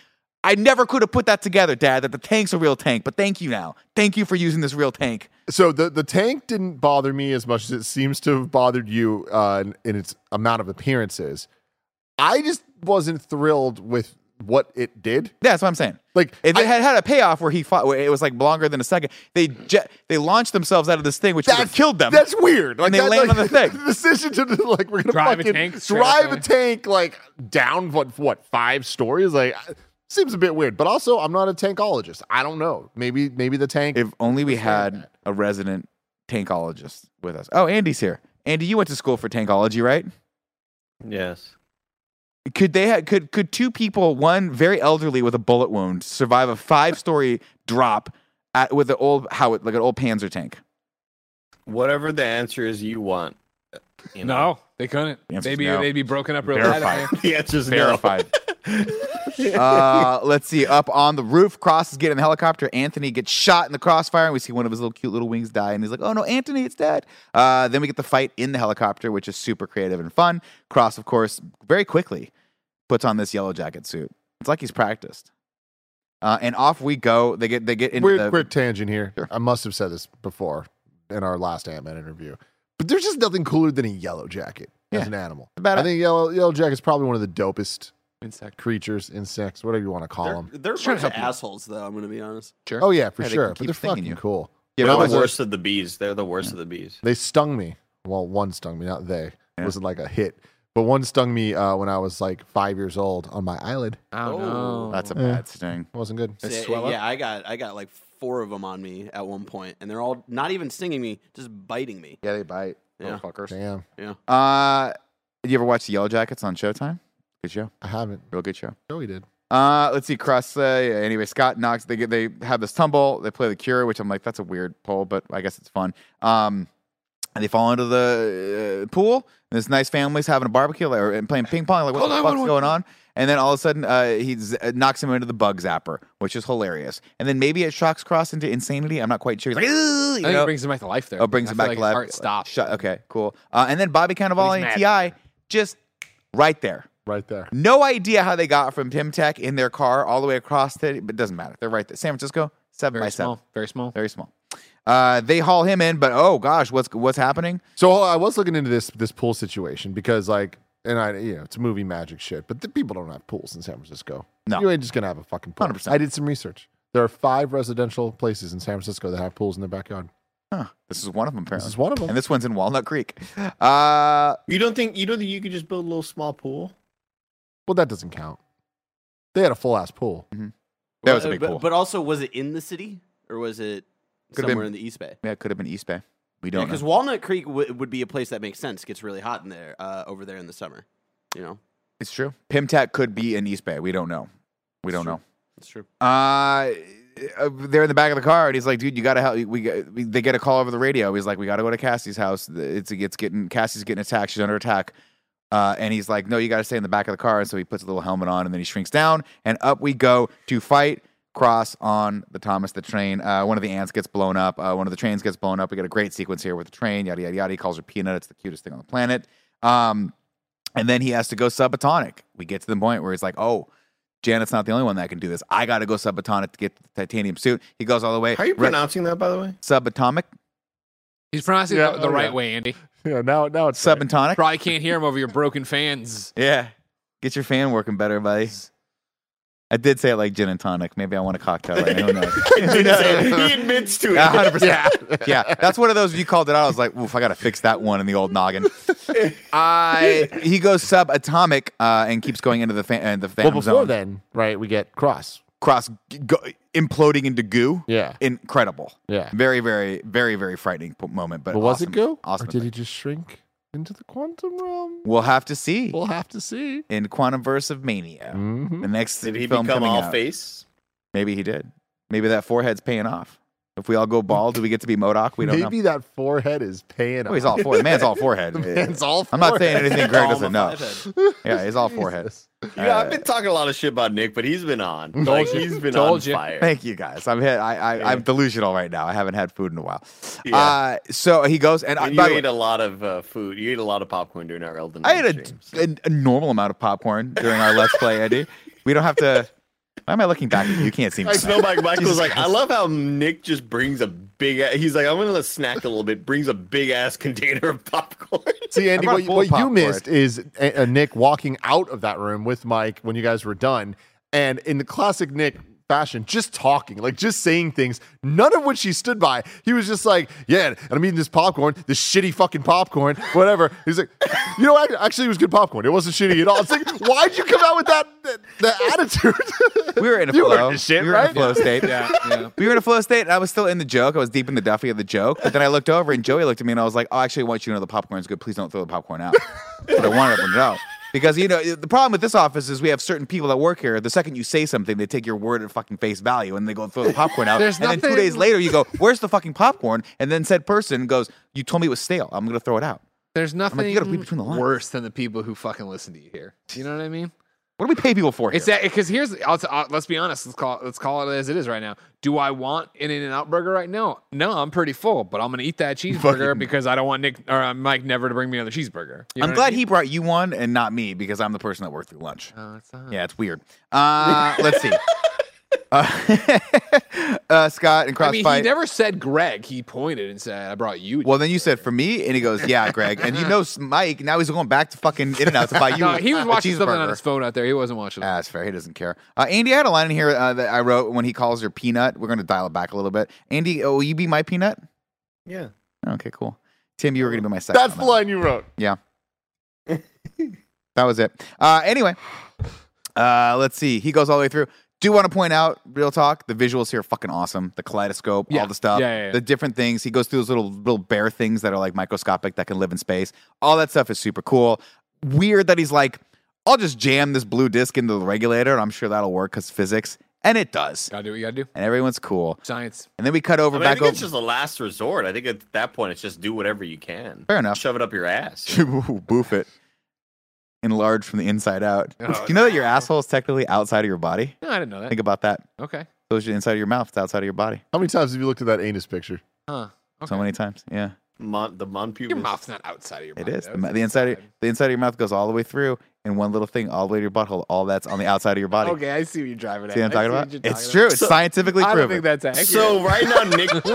S1: I never could have put that together, dad, that the tank's a real tank. But thank you now. Thank you for using this real tank.
S2: So the the tank didn't bother me as much as it seems to have bothered you uh, in, in its amount of appearances. I just wasn't thrilled with what it did.
S1: Yeah, that's what I'm saying.
S2: Like
S1: If
S2: I-
S1: it had had a payoff where he fought, where it was like longer than a second, they je- they launched themselves out of this thing, which would have killed them.
S2: That's weird. Like
S1: And they
S2: that-
S1: land
S2: like,
S1: on the thing.
S2: decision to like we're gonna
S3: Drive a
S2: fucking
S3: tank straight up
S2: drive a
S3: there.
S2: tank like down what what five stories like. Seems a bit weird, but also I'm not a tankologist. I don't know. Maybe maybe the tank
S1: If only we
S2: Understand
S1: had
S2: that.
S1: a resident tankologist with us. Oh, Andy's here. Andy, you went to school for tankology, right?
S4: Yes.
S1: Could they ha- could could two people, one very elderly with a bullet wound, survive a five story drop at, with an old how like an old Panzer tank?
S4: Whatever the answer is you want. uh, You know.
S3: No, they couldn't.
S1: The answer's
S3: They'd be,
S1: no.
S3: they'd be broken up real
S1: Verified.
S3: bad.
S4: The answer is no.
S1: Verified. uh, let's see. Up on the roof, Cross is getting in the helicopter. Anthony gets shot in the crossfire, and we see one of his little cute little wings die. And he's like, "Oh no, Anthony, it's dead." Uh, then we get the fight in the helicopter, which is super creative and fun. Cross, of course, very quickly puts on this yellow jacket suit. It's like he's practiced. Uh, and off we go. They get they get into
S2: Weird,
S1: the
S2: quick tangent here.
S1: Sure.
S2: I must have said this before in our last Ant Man interview, but there's just nothing cooler than a yellow jacket
S1: Yeah.
S2: as an animal.
S1: Badass.
S2: I think yellow yellow jacket's probably one of the dopest
S3: Insect.
S2: creatures, insects, whatever you want to call
S5: They're,
S2: them.
S5: they're a
S3: Sure,
S5: bunch of
S3: help you.
S5: assholes, though. I'm going to be honest.
S1: Sure.
S2: Oh yeah, for
S1: Yeah, they
S2: sure.
S1: can
S2: but
S1: keep
S2: they're
S1: stinging
S2: fucking
S1: you.
S2: cool.
S1: Yeah,
S4: They're
S1: but
S4: the
S1: otherwise-
S4: worst of the bees. They're the worst of the bees.
S2: They stung me. Well, one stung me, not they. It wasn't like a hit, but one stung me uh, when I was like five years old on my eyelid.
S3: Oh,
S5: Oh.
S3: no.
S1: that's a
S2: Yeah.
S1: bad sting.
S2: It wasn't good.
S5: See,
S3: swell up?
S5: yeah, I got I got like four of them on me at one point, and they're all not even stinging me, just biting me.
S1: Yeah, they bite.
S5: Yeah.
S1: Motherfuckers.
S2: Damn,
S1: Uh, you ever watch the Yellow Jackets on Showtime? Good show.
S2: I haven't.
S1: Real good show.
S2: Joey did.
S1: Uh, let's see, Crust. Uh, yeah, anyway, Scott Knox. They get they have this tumble. They play the Cure, which I'm like, that's a weird poll, but I guess it's fun. Um, and they fall into the uh, pool. And this nice family's having a barbecue like, or, and playing ping pong. Like, what the fuck's going on? And then all of a sudden, uh, he z- uh, knocks him into the bug zapper, which is hilarious. And then maybe it shocks Cross into insanity. I'm not quite sure. He's like, "Ugh,"
S3: I
S1: you
S3: think
S1: know?
S3: it brings him back to life there.
S1: Oh, brings
S3: I
S1: him
S3: feel
S1: back to
S3: like his
S1: life.
S3: Heart stopped.
S1: Shut, okay, cool. Uh, and then Bobby Cannavale
S3: He's
S1: and
S3: mad.
S1: Ti just right there.
S2: Right there.
S1: No idea how they got from Pimtech in their car all the way across the, but it doesn't matter. They're right there. San Francisco, seven by
S3: Very
S1: seven,
S3: small. Very small.
S1: very small. Uh, they haul him in, but oh gosh, what's what's happening?
S2: So oh, I was looking into this this pool situation because like, and I you know it's movie magic shit, but the people don't have pools in San Francisco.
S1: No.
S2: you ain't just gonna have a fucking pool.
S1: 100%.
S2: I did some research. There are five residential places in San Francisco that have pools in their backyard.
S1: Huh, this is one of them apparently,
S2: This is one of them.
S1: and this one's in Walnut Creek. Uh,
S4: You don't think you don't think you could just build a little small pool?
S2: well, that doesn't count. They had a full ass pool.
S1: that was a
S5: But-
S1: big
S5: but,
S1: pool.
S5: But also, was it in the city or was it
S1: Could've
S5: somewhere
S1: been-
S5: in the East Bay?
S1: yeah, it could have been East Bay. We don't
S5: Because
S1: know.
S5: Walnut Creek w- would be a place that makes sense. Gets really hot in there uh, over there in the summer. You know,
S1: It's true. Pimtech could be in East Bay. We don't know. We don't know.
S5: it's true.
S1: Uh, uh, they're in the back of the car, and he's like, "Dude, you gotta help." We, got- we they get a call over the radio. He's like, "We gotta go to Cassie's house. It's it's getting Cassie's getting attacked. She's under attack." Uh, and he's like, "No, you gotta stay in the back of the car." And so he puts a little helmet on, and then he shrinks down, and up we go to fight. Cross on the Thomas the train. Uh, one of the ants gets blown up. Uh, one of the trains gets blown up. We got a great sequence here with the train. Yada yada yada. He calls her peanut. It's the cutest thing on the planet. Um, and then he has to go subatomic. We get to the point where he's like, "Oh, Janet's not the only one that can do this. I got to go subatomic to get the titanium suit. He goes all the way.
S4: How are you
S1: Re-
S4: pronouncing that, by the way?
S1: subatomic?
S3: He's pronouncing
S2: Yeah,
S3: it the, the
S2: oh,
S3: right
S2: yeah.
S3: way, Andy.
S1: Mm-hmm.
S2: Yeah, now now it's right.
S1: Subatomic?
S3: Probably can't hear him over your broken fans.
S1: Yeah. Get your fan working better, buddy. I did say it like gin and tonic. Maybe I want a cocktail right now. Who knows? Who knows?
S4: he admits to it.
S1: Yeah, 100%. Yeah. that's one of those you called it out. I was like, oof, I got to fix that one in the old noggin. I He goes subatomic uh, and keeps going into the, fa- uh, the
S2: Well,
S1: phantom
S2: before
S1: zone.
S2: then, right? We get cross.
S1: Cross g- go- imploding into goo.
S2: Yeah,
S1: Incredible.
S2: yeah.
S1: Very, very, very, very frightening po- moment. But
S2: But was
S1: awesome,
S2: it go?
S1: Awesome.
S2: Or did
S1: thing.
S2: he just shrink into the quantum realm?
S1: We'll have to see
S2: We'll have to see.
S1: in Quantum Verse of Mania.
S2: Mhm.
S1: The next
S4: Did he
S1: film
S4: become
S1: coming
S4: all
S1: out.
S4: face?
S1: Maybe he did. Maybe that forehead's paying off. If we all go bald, do we get to be Modoc? We don't
S2: Maybe that forehead is paying
S1: know.
S2: off.
S1: Oh, he's all forehead. Man's all forehead.
S2: Man's all
S1: I'm not saying
S2: forehead.
S1: anything Greg
S5: All
S1: doesn't
S5: my
S1: know.
S5: five
S1: Yeah, he's all forehead.
S2: Jesus.
S4: You
S1: Uh,
S4: know, I've been talking a lot of shit about Nick, but he's been on. Like he's been on
S3: Told you.
S4: fire.
S1: Thank you guys. I'm hit. I, I I'm delusional right now. I haven't had food in a while.
S4: Yeah.
S1: Uh, so he goes and, I
S4: And
S1: by the
S4: you
S1: way,
S4: ate a lot of uh, food. You ate a lot of popcorn during our Elden
S1: I ate
S4: Ring
S1: a,
S4: stream, so-
S1: a, a normal amount of popcorn during our Let's Play, Andy. We don't have to. Why am I looking back? at You You can't see me.
S4: I smell like
S1: Jesus
S4: Michael's like, I
S1: Christ.
S4: love how Nick just brings a big a- he's like, I'm gonna let snack a little bit, brings a big ass container of popcorn.
S2: See, Andy,
S1: brought
S2: what,
S1: full
S2: what you
S1: popcorn.
S2: missed is eh, uh, a, a Nick walking out of that room with Mike when you guys were done. And in the classic Nick fashion, just talking, like just saying things, none of which he stood by. He was just like, yeah, and I'm eating this popcorn, this shitty fucking popcorn, whatever. He's like, you know, act- actually, it was good popcorn. It wasn't shitty at all. It's like, why'd you come out with that, that, that attitude?
S1: We were in a
S2: You
S1: flow.
S2: learned this shit,
S1: we were in
S2: right?
S1: a flow state.
S3: Yeah, yeah.
S1: We were in a flow state, and I was still in the joke. I was deep in the Duffy of the joke. But then I looked over, and Joey looked at me, and I was like, "Oh, actually, I want you to know the popcorn's good. Please don't throw the popcorn out." but I wanted everyone to know. Because you know the problem with this office is we have certain people that work here. The second you say something, they take your word at fucking face value, and they go throw the popcorn out.
S3: There's
S1: and then two
S3: nothing-
S1: days later, you go, "Where's the fucking popcorn?" And then said person goes, "You told me it was stale. I'm gonna throw it out."
S3: There's nothing
S1: like, you gotta read between the lines.
S3: worse than the people who fucking listen to you here. You know what I mean?
S1: What do we pay people for? Here?
S3: It's that because here's I'll, I'll- let's be honest. Let's call it, let's call it as it is right now. Do I want an In and Out burger right now? No, I'm pretty full, but I'm gonna eat that cheeseburger because I don't want Nick or uh, Mike never to bring me another cheeseburger. You know
S1: I'm
S3: what I
S1: glad
S3: mean?
S1: he brought you one and not me because I'm the person that worked through lunch.
S3: Oh, it's not-
S1: Yeah, it's weird. Uh, let's see. Uh, uh, Scott and
S3: I mean,
S1: Crossfight.
S3: he never said Greg. He pointed and said, "I brought you."
S1: well, then you said for me, and he goes, "Yeah, Greg." And you know, s- Mike. Now he's going back to fucking In and Out to buy you.
S3: no, he was
S1: a
S3: watching something on
S1: cheeseburger.
S3: his phone out there. He wasn't watching.
S1: Ah, that's fair. He doesn't care. Uh, Andy, I had a line in here uh, that I wrote when he calls her peanut. We're going to dial it back a little bit. Andy, oh, will you be my peanut?
S4: Yeah.
S1: Okay, cool. Tim, you were going to be my second.
S2: That's
S1: on
S2: the
S1: that one.
S2: line you wrote.
S1: Yeah. that was it. Uh, anyway, uh, let's see. He goes all the way through. Do want to point out, real talk, the visuals here are fucking awesome. The kaleidoscope,
S3: Yeah.
S1: all the stuff,
S3: Yeah, yeah, yeah.
S1: the different things. He goes through those little little bear things that are like microscopic that can live in space. All that stuff is super cool. Weird that he's like, I'll just jam this blue disc into the regulator, and I'm sure that'll work because physics, and it does.
S3: Gotta do what you gotta do.
S1: And everyone's cool.
S3: Science.
S1: And then we cut over
S4: I, mean, I
S1: back
S4: think
S1: over.
S4: it's just a last resort. I think at that point, it's just do whatever you can.
S1: Fair enough.
S4: Shove it up your ass.
S1: to boof it, enlarge from the inside out. Do
S3: Oh,
S1: you know that your asshole is technically outside of your body?
S3: No, I didn't know that.
S1: Think about that.
S3: Okay.
S1: So it's inside of your mouth. It's outside of your body.
S2: How many times have you looked at that anus picture?
S3: Huh. Okay.
S1: So many times. Yeah,
S4: Mon, the mon pubis.
S3: Your mouth's not outside of your
S1: it
S3: body,
S1: is.
S3: though.
S1: The, ma-
S3: It's
S1: the inside, of,
S3: inside.
S1: the inside of your mouth goes all the way through, and one little thing all the way to your butthole. All that's on the outside of your body.
S3: Okay, I see what you're driving at.
S1: See what I'm
S3: I
S1: talking
S3: what
S1: about? It's
S3: you're talking
S1: true.
S3: about.
S1: It's scientifically
S3: I don't
S1: proven.
S3: think that's accurate.
S4: So right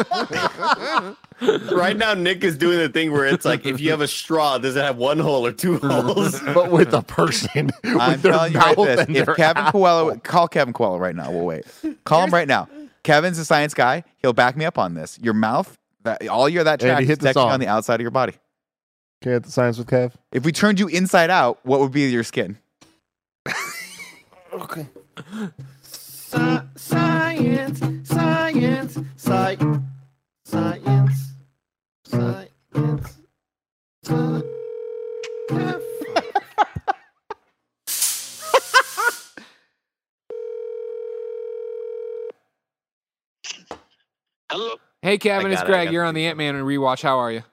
S4: now, Nick, right now Nick is doing the thing where it's like if you have a straw, does it have one hole or two holes?
S2: But with a person. with
S1: I'm
S2: their
S1: telling you right
S2: mouth
S1: this.
S2: and
S1: If
S2: their
S1: Kevin
S2: ass.
S1: Coelho, call Kevin Coelho right now. We'll wait. Call him right now. Kevin's a science guy. He'll back me up on this. Your mouth, that, all your that
S2: Andy,
S1: track is
S2: hit the
S1: technically
S2: song.
S1: on the outside of your body.
S2: Okay, at the science with Kev.
S1: If we turned you inside out, what would be your skin?
S7: Sci- science, science, sci- science, science, sci-
S8: Hello.
S3: Hey, Kevin,
S4: I
S3: it's
S4: got it, I
S3: Greg.
S4: got
S3: You're
S4: it.
S3: on the Ant Man and rewatch. How are you?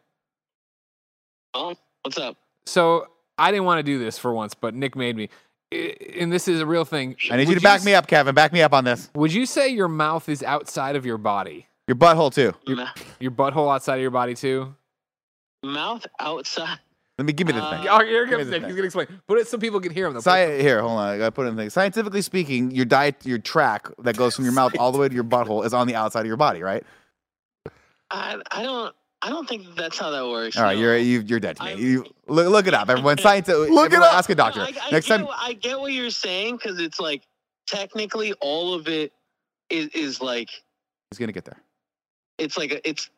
S8: Oh, what's up?
S3: So I didn't want to do this for once, but Nick made me. I- And this is a real thing.
S1: I need you
S3: Would
S1: to back
S3: s-
S1: me up, Kevin. Back me up on this.
S3: Would you say your mouth is outside of your body?
S1: Your butthole too.
S8: M-
S3: Your butthole outside of your body too?
S8: mouth outside.
S1: Let me give me this
S8: Uh,
S1: thing.
S3: Oh, here
S1: Give me the
S3: comes Nick.
S1: thing.
S3: He's gonna explain. Put it so people can hear him. Though.
S1: Sci- here, hold on. I gotta put in the thing. Scientifically speaking, your diet, your track that goes from your mouth all the way to your butthole is on the outside of your body, right?
S8: I I don't I don't think that's how that works.
S1: All right,
S8: no.
S1: you're you, you're dead to me.
S8: I-
S1: You, look, look it up, everyone. Science.
S2: Look it
S1: everyone
S2: up.
S1: Ask a
S8: No,
S1: doctor.
S8: I, I
S1: Next
S8: get
S1: time,
S8: what- I get what you're saying because it's like technically all of it is is like
S1: he's gonna get there.
S8: it's like a, it's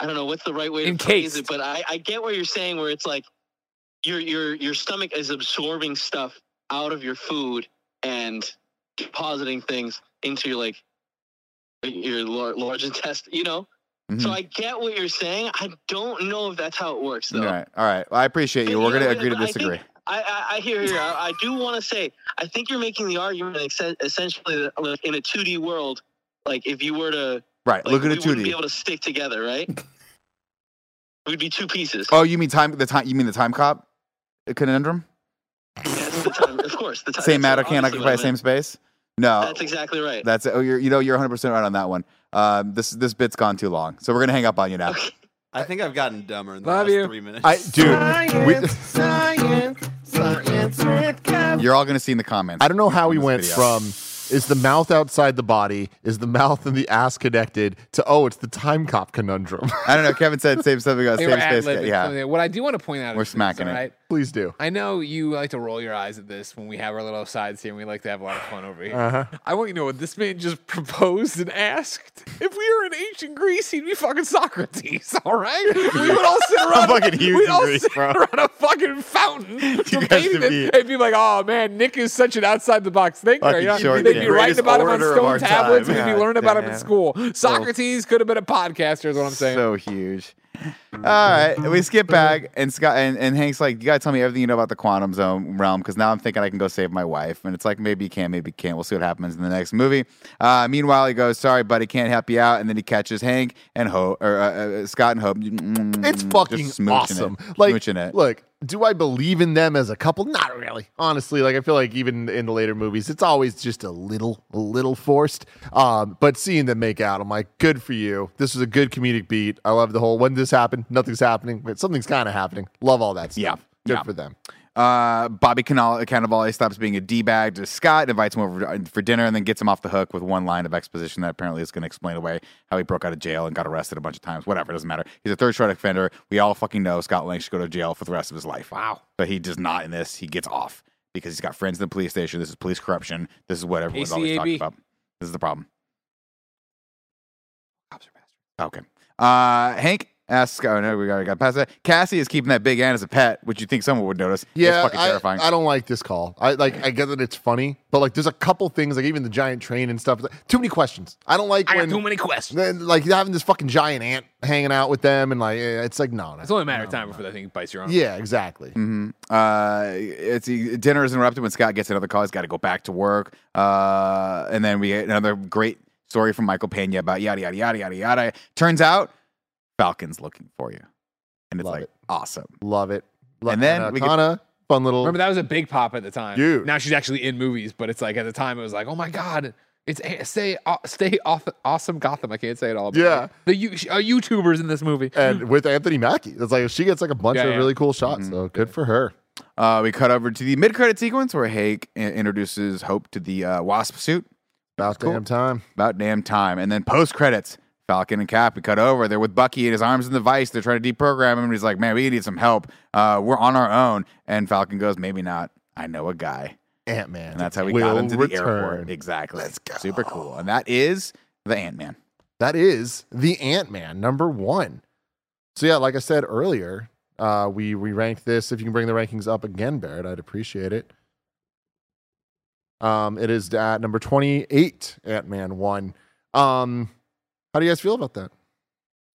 S8: I don't know what's the right way to
S3: Encased.
S8: phrase it, but I I get what you're saying where it's like your your your stomach is absorbing stuff out of your food and depositing things into your like your lar- large intestine, you know.
S1: Mhm.
S8: So I get what you're saying. I don't know if that's how it works, though.
S1: All right, all right. Well, I appreciate you.
S8: Yeah,
S1: We're gonna
S8: but-
S1: agree to
S8: but I
S1: disagree.
S8: think- I, I, I hear you. I, I do want to say, I think you're making the argument ex- essentially that like, in a 2D world, like if you were to
S1: Right.
S8: like,
S1: look at
S8: we
S1: a two
S8: wouldn't be
S1: D.
S8: able to stick together, right? We'd be two pieces.
S1: Oh, you mean time? The time? You mean the time cop conundrum?
S8: Yes, the time, of course, the time.
S1: Same matter
S8: that's
S1: can't
S8: obviously
S1: occupy
S8: what I
S1: same
S8: meant.
S1: space. No,
S8: That's exactly right.
S1: That's oh, you're you know you're 100 percent right on that one. Um, this this bit's gone too long, so we're gonna hang up on you now.
S5: I think I've gotten dumber in the
S3: Love
S5: last
S3: you.
S5: three minutes.
S2: I dude, we,
S7: science, science, science with Kev.
S1: You're all gonna see in the comments.
S2: I don't know how we
S1: This
S2: went
S1: video.
S2: from is the mouth outside the body, is the mouth and the ass connected to oh, it's the time cop conundrum.
S1: I don't know. Kevin said same something about
S3: They
S1: same
S3: were
S1: uh, space.
S3: ad-libbing
S1: Yeah,
S3: something. What I do want to point out
S1: We're
S3: is this,
S1: smacking
S3: all
S1: it.
S3: right?
S2: Please do.
S3: I know you like to roll your eyes at this when we have our little sides here and we like to have a lot of fun over here.
S2: Uh-huh.
S3: I want you to know what this man just proposed and asked. If we were in ancient Greece, he'd be fucking Socrates, all right? We would all sit around,
S1: fucking huge
S3: we'd all
S1: in Greece,
S3: sit
S1: bro.
S3: around a fucking fountain
S1: guys should
S3: debating
S1: be-
S3: it and be like, oh man, Nick is such an outside the box thinker.
S1: Fucking
S3: You know?
S1: short
S3: They'd
S1: king.
S3: be writing
S1: Greatest
S3: about him on
S1: orator of
S3: stone
S1: our time.
S3: tablets. We'd be
S1: God
S3: learning about him in
S1: damn.
S3: school. Socrates could have been a podcaster, is what I'm saying.
S1: So huge. All right, we skip back, and Scott and, and Hank's like, "You gotta tell me everything you know about the quantum zone realm, because now I'm thinking I can go save my wife." And it's like, maybe you can, maybe you can't. We'll see what happens in the next movie. Uh, meanwhile, he goes, "Sorry, buddy, can't help you out." And then he catches Hank and Hope, or uh, uh, Scott and Hope. Mm,
S2: It's
S1: It's
S2: fucking awesome. Like, look, do I believe in them as a couple? Not really. Honestly, like I feel like even in the later movies, it's always just a little, a little forced. Um, but seeing them make out, I'm like, good for you. This was a good comedic beat. I love the whole when this happened, nothing's happening, but something's kind of happening. Love all that stuff.
S1: Yeah.
S2: Good
S1: Yeah.
S2: for them.
S1: Uh, Bobby Cannavale Cannavale stops being a d-bag to Scott, invites him over for dinner, and then gets him off the hook with one line of exposition that apparently is going to explain away how he broke out of jail and got arrested a bunch of times. Whatever, it doesn't matter. He's a third-strike offender. We all fucking know Scott Lang should go to jail for the rest of his life. Wow. But he does not in this. He gets off because he's got friends in the police station. This is police corruption. This is what everyone's always talking
S3: ACAB.
S1: about. This is the problem.
S3: Cops are bastards.
S1: Okay. Uh, Hank asks. Oh no, we already got past that. Cassie is keeping that big ant as a pet, which you think someone would notice.
S2: Yeah,
S1: it's fucking
S2: I-
S1: terrifying.
S2: I, don't like this call. I like. I get that it's funny, but like, there's a couple things, like even the giant train and stuff. like, Too many questions. I don't like
S3: I
S2: when
S3: got too many questions.
S2: then, like having this fucking giant ant hanging out with them, and like, eh, it's like no, no.
S3: It's only a matter of time before that thing bites your arm.
S2: Yeah, exactly.
S1: Mm-hmm. Uh, it's dinner is interrupted when Scott gets another call. He's got to go back to work. Uh, and then we get another great story from Michael Pena about yada yada yada yada yada. Turns out Falcon's looking for you, and it's
S2: Love
S1: like
S2: it.
S1: awesome.
S2: Love it.
S1: And then we get-
S2: Kana, fun little.
S3: Remember that was a big pop at the time.
S2: Dude.
S3: Now she's actually in movies, but it's like at the time it was like, oh my god, it's a- stay aw- stay off awesome Gotham. I can't say it all. but,
S2: Yeah. Eh.
S3: like, the you, uh, YouTubers in this movie.
S2: and with Anthony Mackie, it's like she gets like a bunch
S3: Yeah,
S2: of
S3: yeah.
S2: really cool shots.
S1: Mm-hmm.
S2: So good for her.
S1: Uh, we cut over to the mid credit sequence where Hake i- introduces Hope to the uh, Wasp suit.
S2: About
S1: cool.
S2: damn time.
S1: About damn time. And then post credits, Falcon and Cap, we cut over. They're with Bucky and his arms in the vice. They're trying to deprogram him. And he's like, man, we need some help. Uh, we're on our own. And Falcon goes, maybe not. I know a guy.
S2: Ant Man.
S1: And that's how we got him to the airport. Exactly.
S2: Let's go.
S1: Super cool. And that is the Ant Man.
S2: That is the Ant Man number one. So yeah, like I said earlier, uh, we re ranked this. If you can bring the rankings up again, Barrett, I'd appreciate it. Um, it is at number twenty eight, Ant Man one. Um, how do you guys feel about that?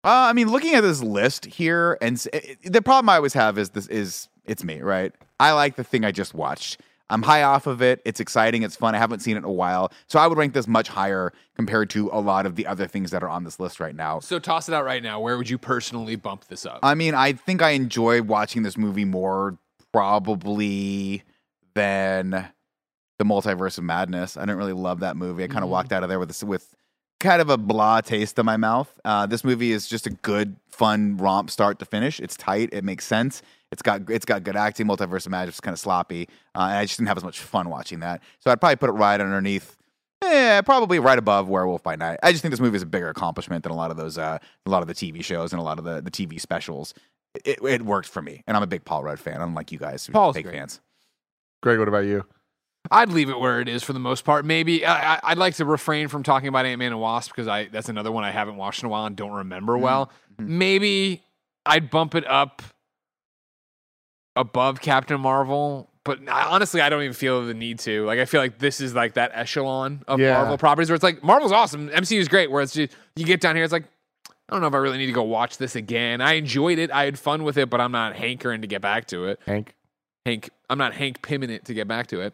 S1: Uh, I mean, looking at this list here, and s- it- it- the problem I always have is this is it's me, right? I like the thing I just watched. I'm high off of it. It's exciting. It's fun. I haven't seen it in a while, so I would rank this much higher compared to a lot of the other things that are on this list right now.
S3: So toss it out right now. Where would you personally bump this up?
S1: I mean, I think I enjoy watching this movie more probably than the Multiverse of Madness. I didn't really love that movie. I kind of walked out of there with this, with kind of a blah taste in my mouth. Uh, this movie is just a good, fun romp, start to finish. It's tight. It makes sense. It's got it's got good acting. Multiverse of Madness is kind of sloppy, uh, and I just didn't have as much fun watching that. So I'd probably put it right underneath. Yeah, probably right above Werewolf by Night. I just think this movie is a bigger accomplishment than a lot of those, uh, a lot of the TV shows and a lot of the, the TV specials. It, it worked for me, and I'm a big Paul Rudd fan, unlike you guys, who are
S3: Paul's
S1: big
S3: great.
S1: fans.
S2: Greg, what about you?
S3: I'd leave it where it is for the most part. Maybe I, I- I'd like to refrain from talking about Ant Man and Wasp because I that's another one I haven't watched in a while and don't remember well. Maybe I'd bump it up above Captain Marvel, but I, honestly, I don't even feel the need to. Like, I feel like this is like that echelon of
S2: Yeah.
S3: Marvel properties where it's like Marvel's awesome, MCU is great. Where it's just you get down here, it's like. I don't know if I really need to go watch this again. I enjoyed it. I had fun with it, but I'm not hankering to get back to it.
S2: Hank.
S3: Hank, I'm not Hank Pimming it to get back to it.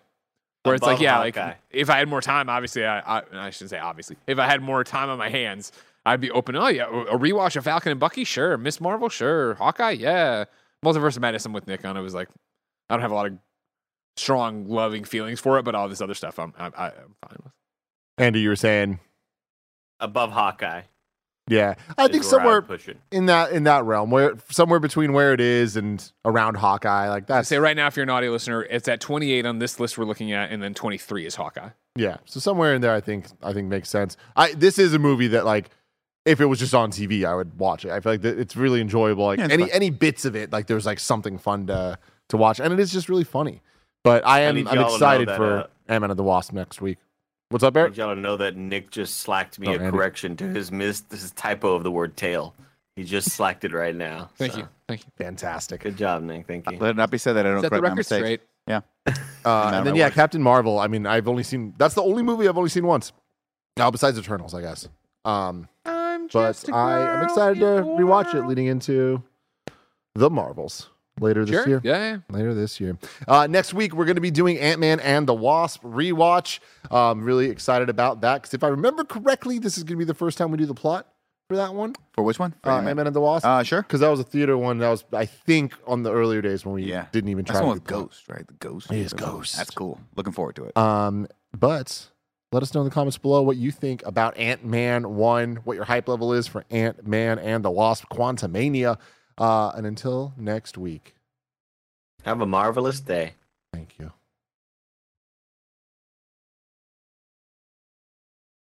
S3: Where it's
S4: Above
S3: like, yeah,
S4: Hawkeye.
S3: like if I had more time, obviously, I, I, I shouldn't say obviously. If I had more time on my hands, I'd be open. Oh yeah, a rewatch of Falcon and Bucky, sure. Miss Marvel, sure. Hawkeye, yeah. Multiverse of Madness, I'm with Nick on. It was like, I don't have a lot of strong, loving feelings for it, but all this other stuff, I'm, I, I, I'm fine with.
S2: Andy, you were saying,
S4: above Hawkeye.
S2: yeah. I
S4: is
S2: think
S4: where I'd
S2: somewhere
S4: push it.
S2: in that in that realm, where somewhere between where it is and around Hawkeye, like
S3: I
S2: that's
S3: say right now, if you're an audio listener, it's at 28 on this list we're looking at, and then 23 is Hawkeye.
S2: Yeah. So somewhere in there, I think I think makes sense. I this is a movie that like if it was just on TV, I would watch it. I feel like th- it's really enjoyable. Like
S1: Yeah, it's
S2: any
S1: fun.
S2: any bits of it, like there's like something fun to to watch, and it is just really funny. But I
S4: I
S2: am
S4: need
S2: I'm
S4: y'all to know
S2: excited
S4: that,
S2: for
S4: uh,
S2: Ant Man and the Wasp next week. What's up, Eric?
S4: want y'all to know that Nick just slacked me
S2: Oh,
S4: a
S2: Andy.
S4: correction to his mis his typo of the word tail. He just slacked it right now.
S3: Thank
S4: so.
S3: you. Thank you.
S2: Fantastic.
S4: Good job, Nick. Thank you.
S1: Let it not be said that I don't
S3: Set the
S1: correct my
S3: record
S1: mistakes.
S3: straight.
S1: Yeah.
S2: Uh,
S1: Not
S2: and then
S1: my
S2: yeah,
S1: worst.
S2: Captain Marvel. I mean, I've only seen that's the only movie I've only seen once. Now, besides Eternals, I guess. Um, but I am excited to rewatch it, leading into the Marvels later this
S3: Sure.
S2: year.
S3: Yeah, yeah.
S2: later this year. Uh, next week, we're going to be doing Ant Man and the Wasp rewatch. I'm really excited about that because if I remember correctly, this is going to be the first time we do the plot for that one,
S1: For which one? For
S2: uh,
S1: Ant-Man?
S2: Ant Man and the Wasp.
S1: Uh, sure.
S2: Because that was a theater one. That was, I think, on the earlier days when we
S1: Yeah.
S2: didn't even try.
S1: That's the
S2: to
S1: one
S2: do
S1: with
S2: plot.
S1: Ghost, right? The Ghost.
S2: It is
S1: That's-
S2: Ghost.
S1: That's cool. Looking forward to it.
S2: Um, but let us know in the comments below what you think about Ant Man 1, what your hype level is for Ant Man and the Wasp Quantumania. Uh, and until next week,
S4: Have a marvelous day.
S2: thank you.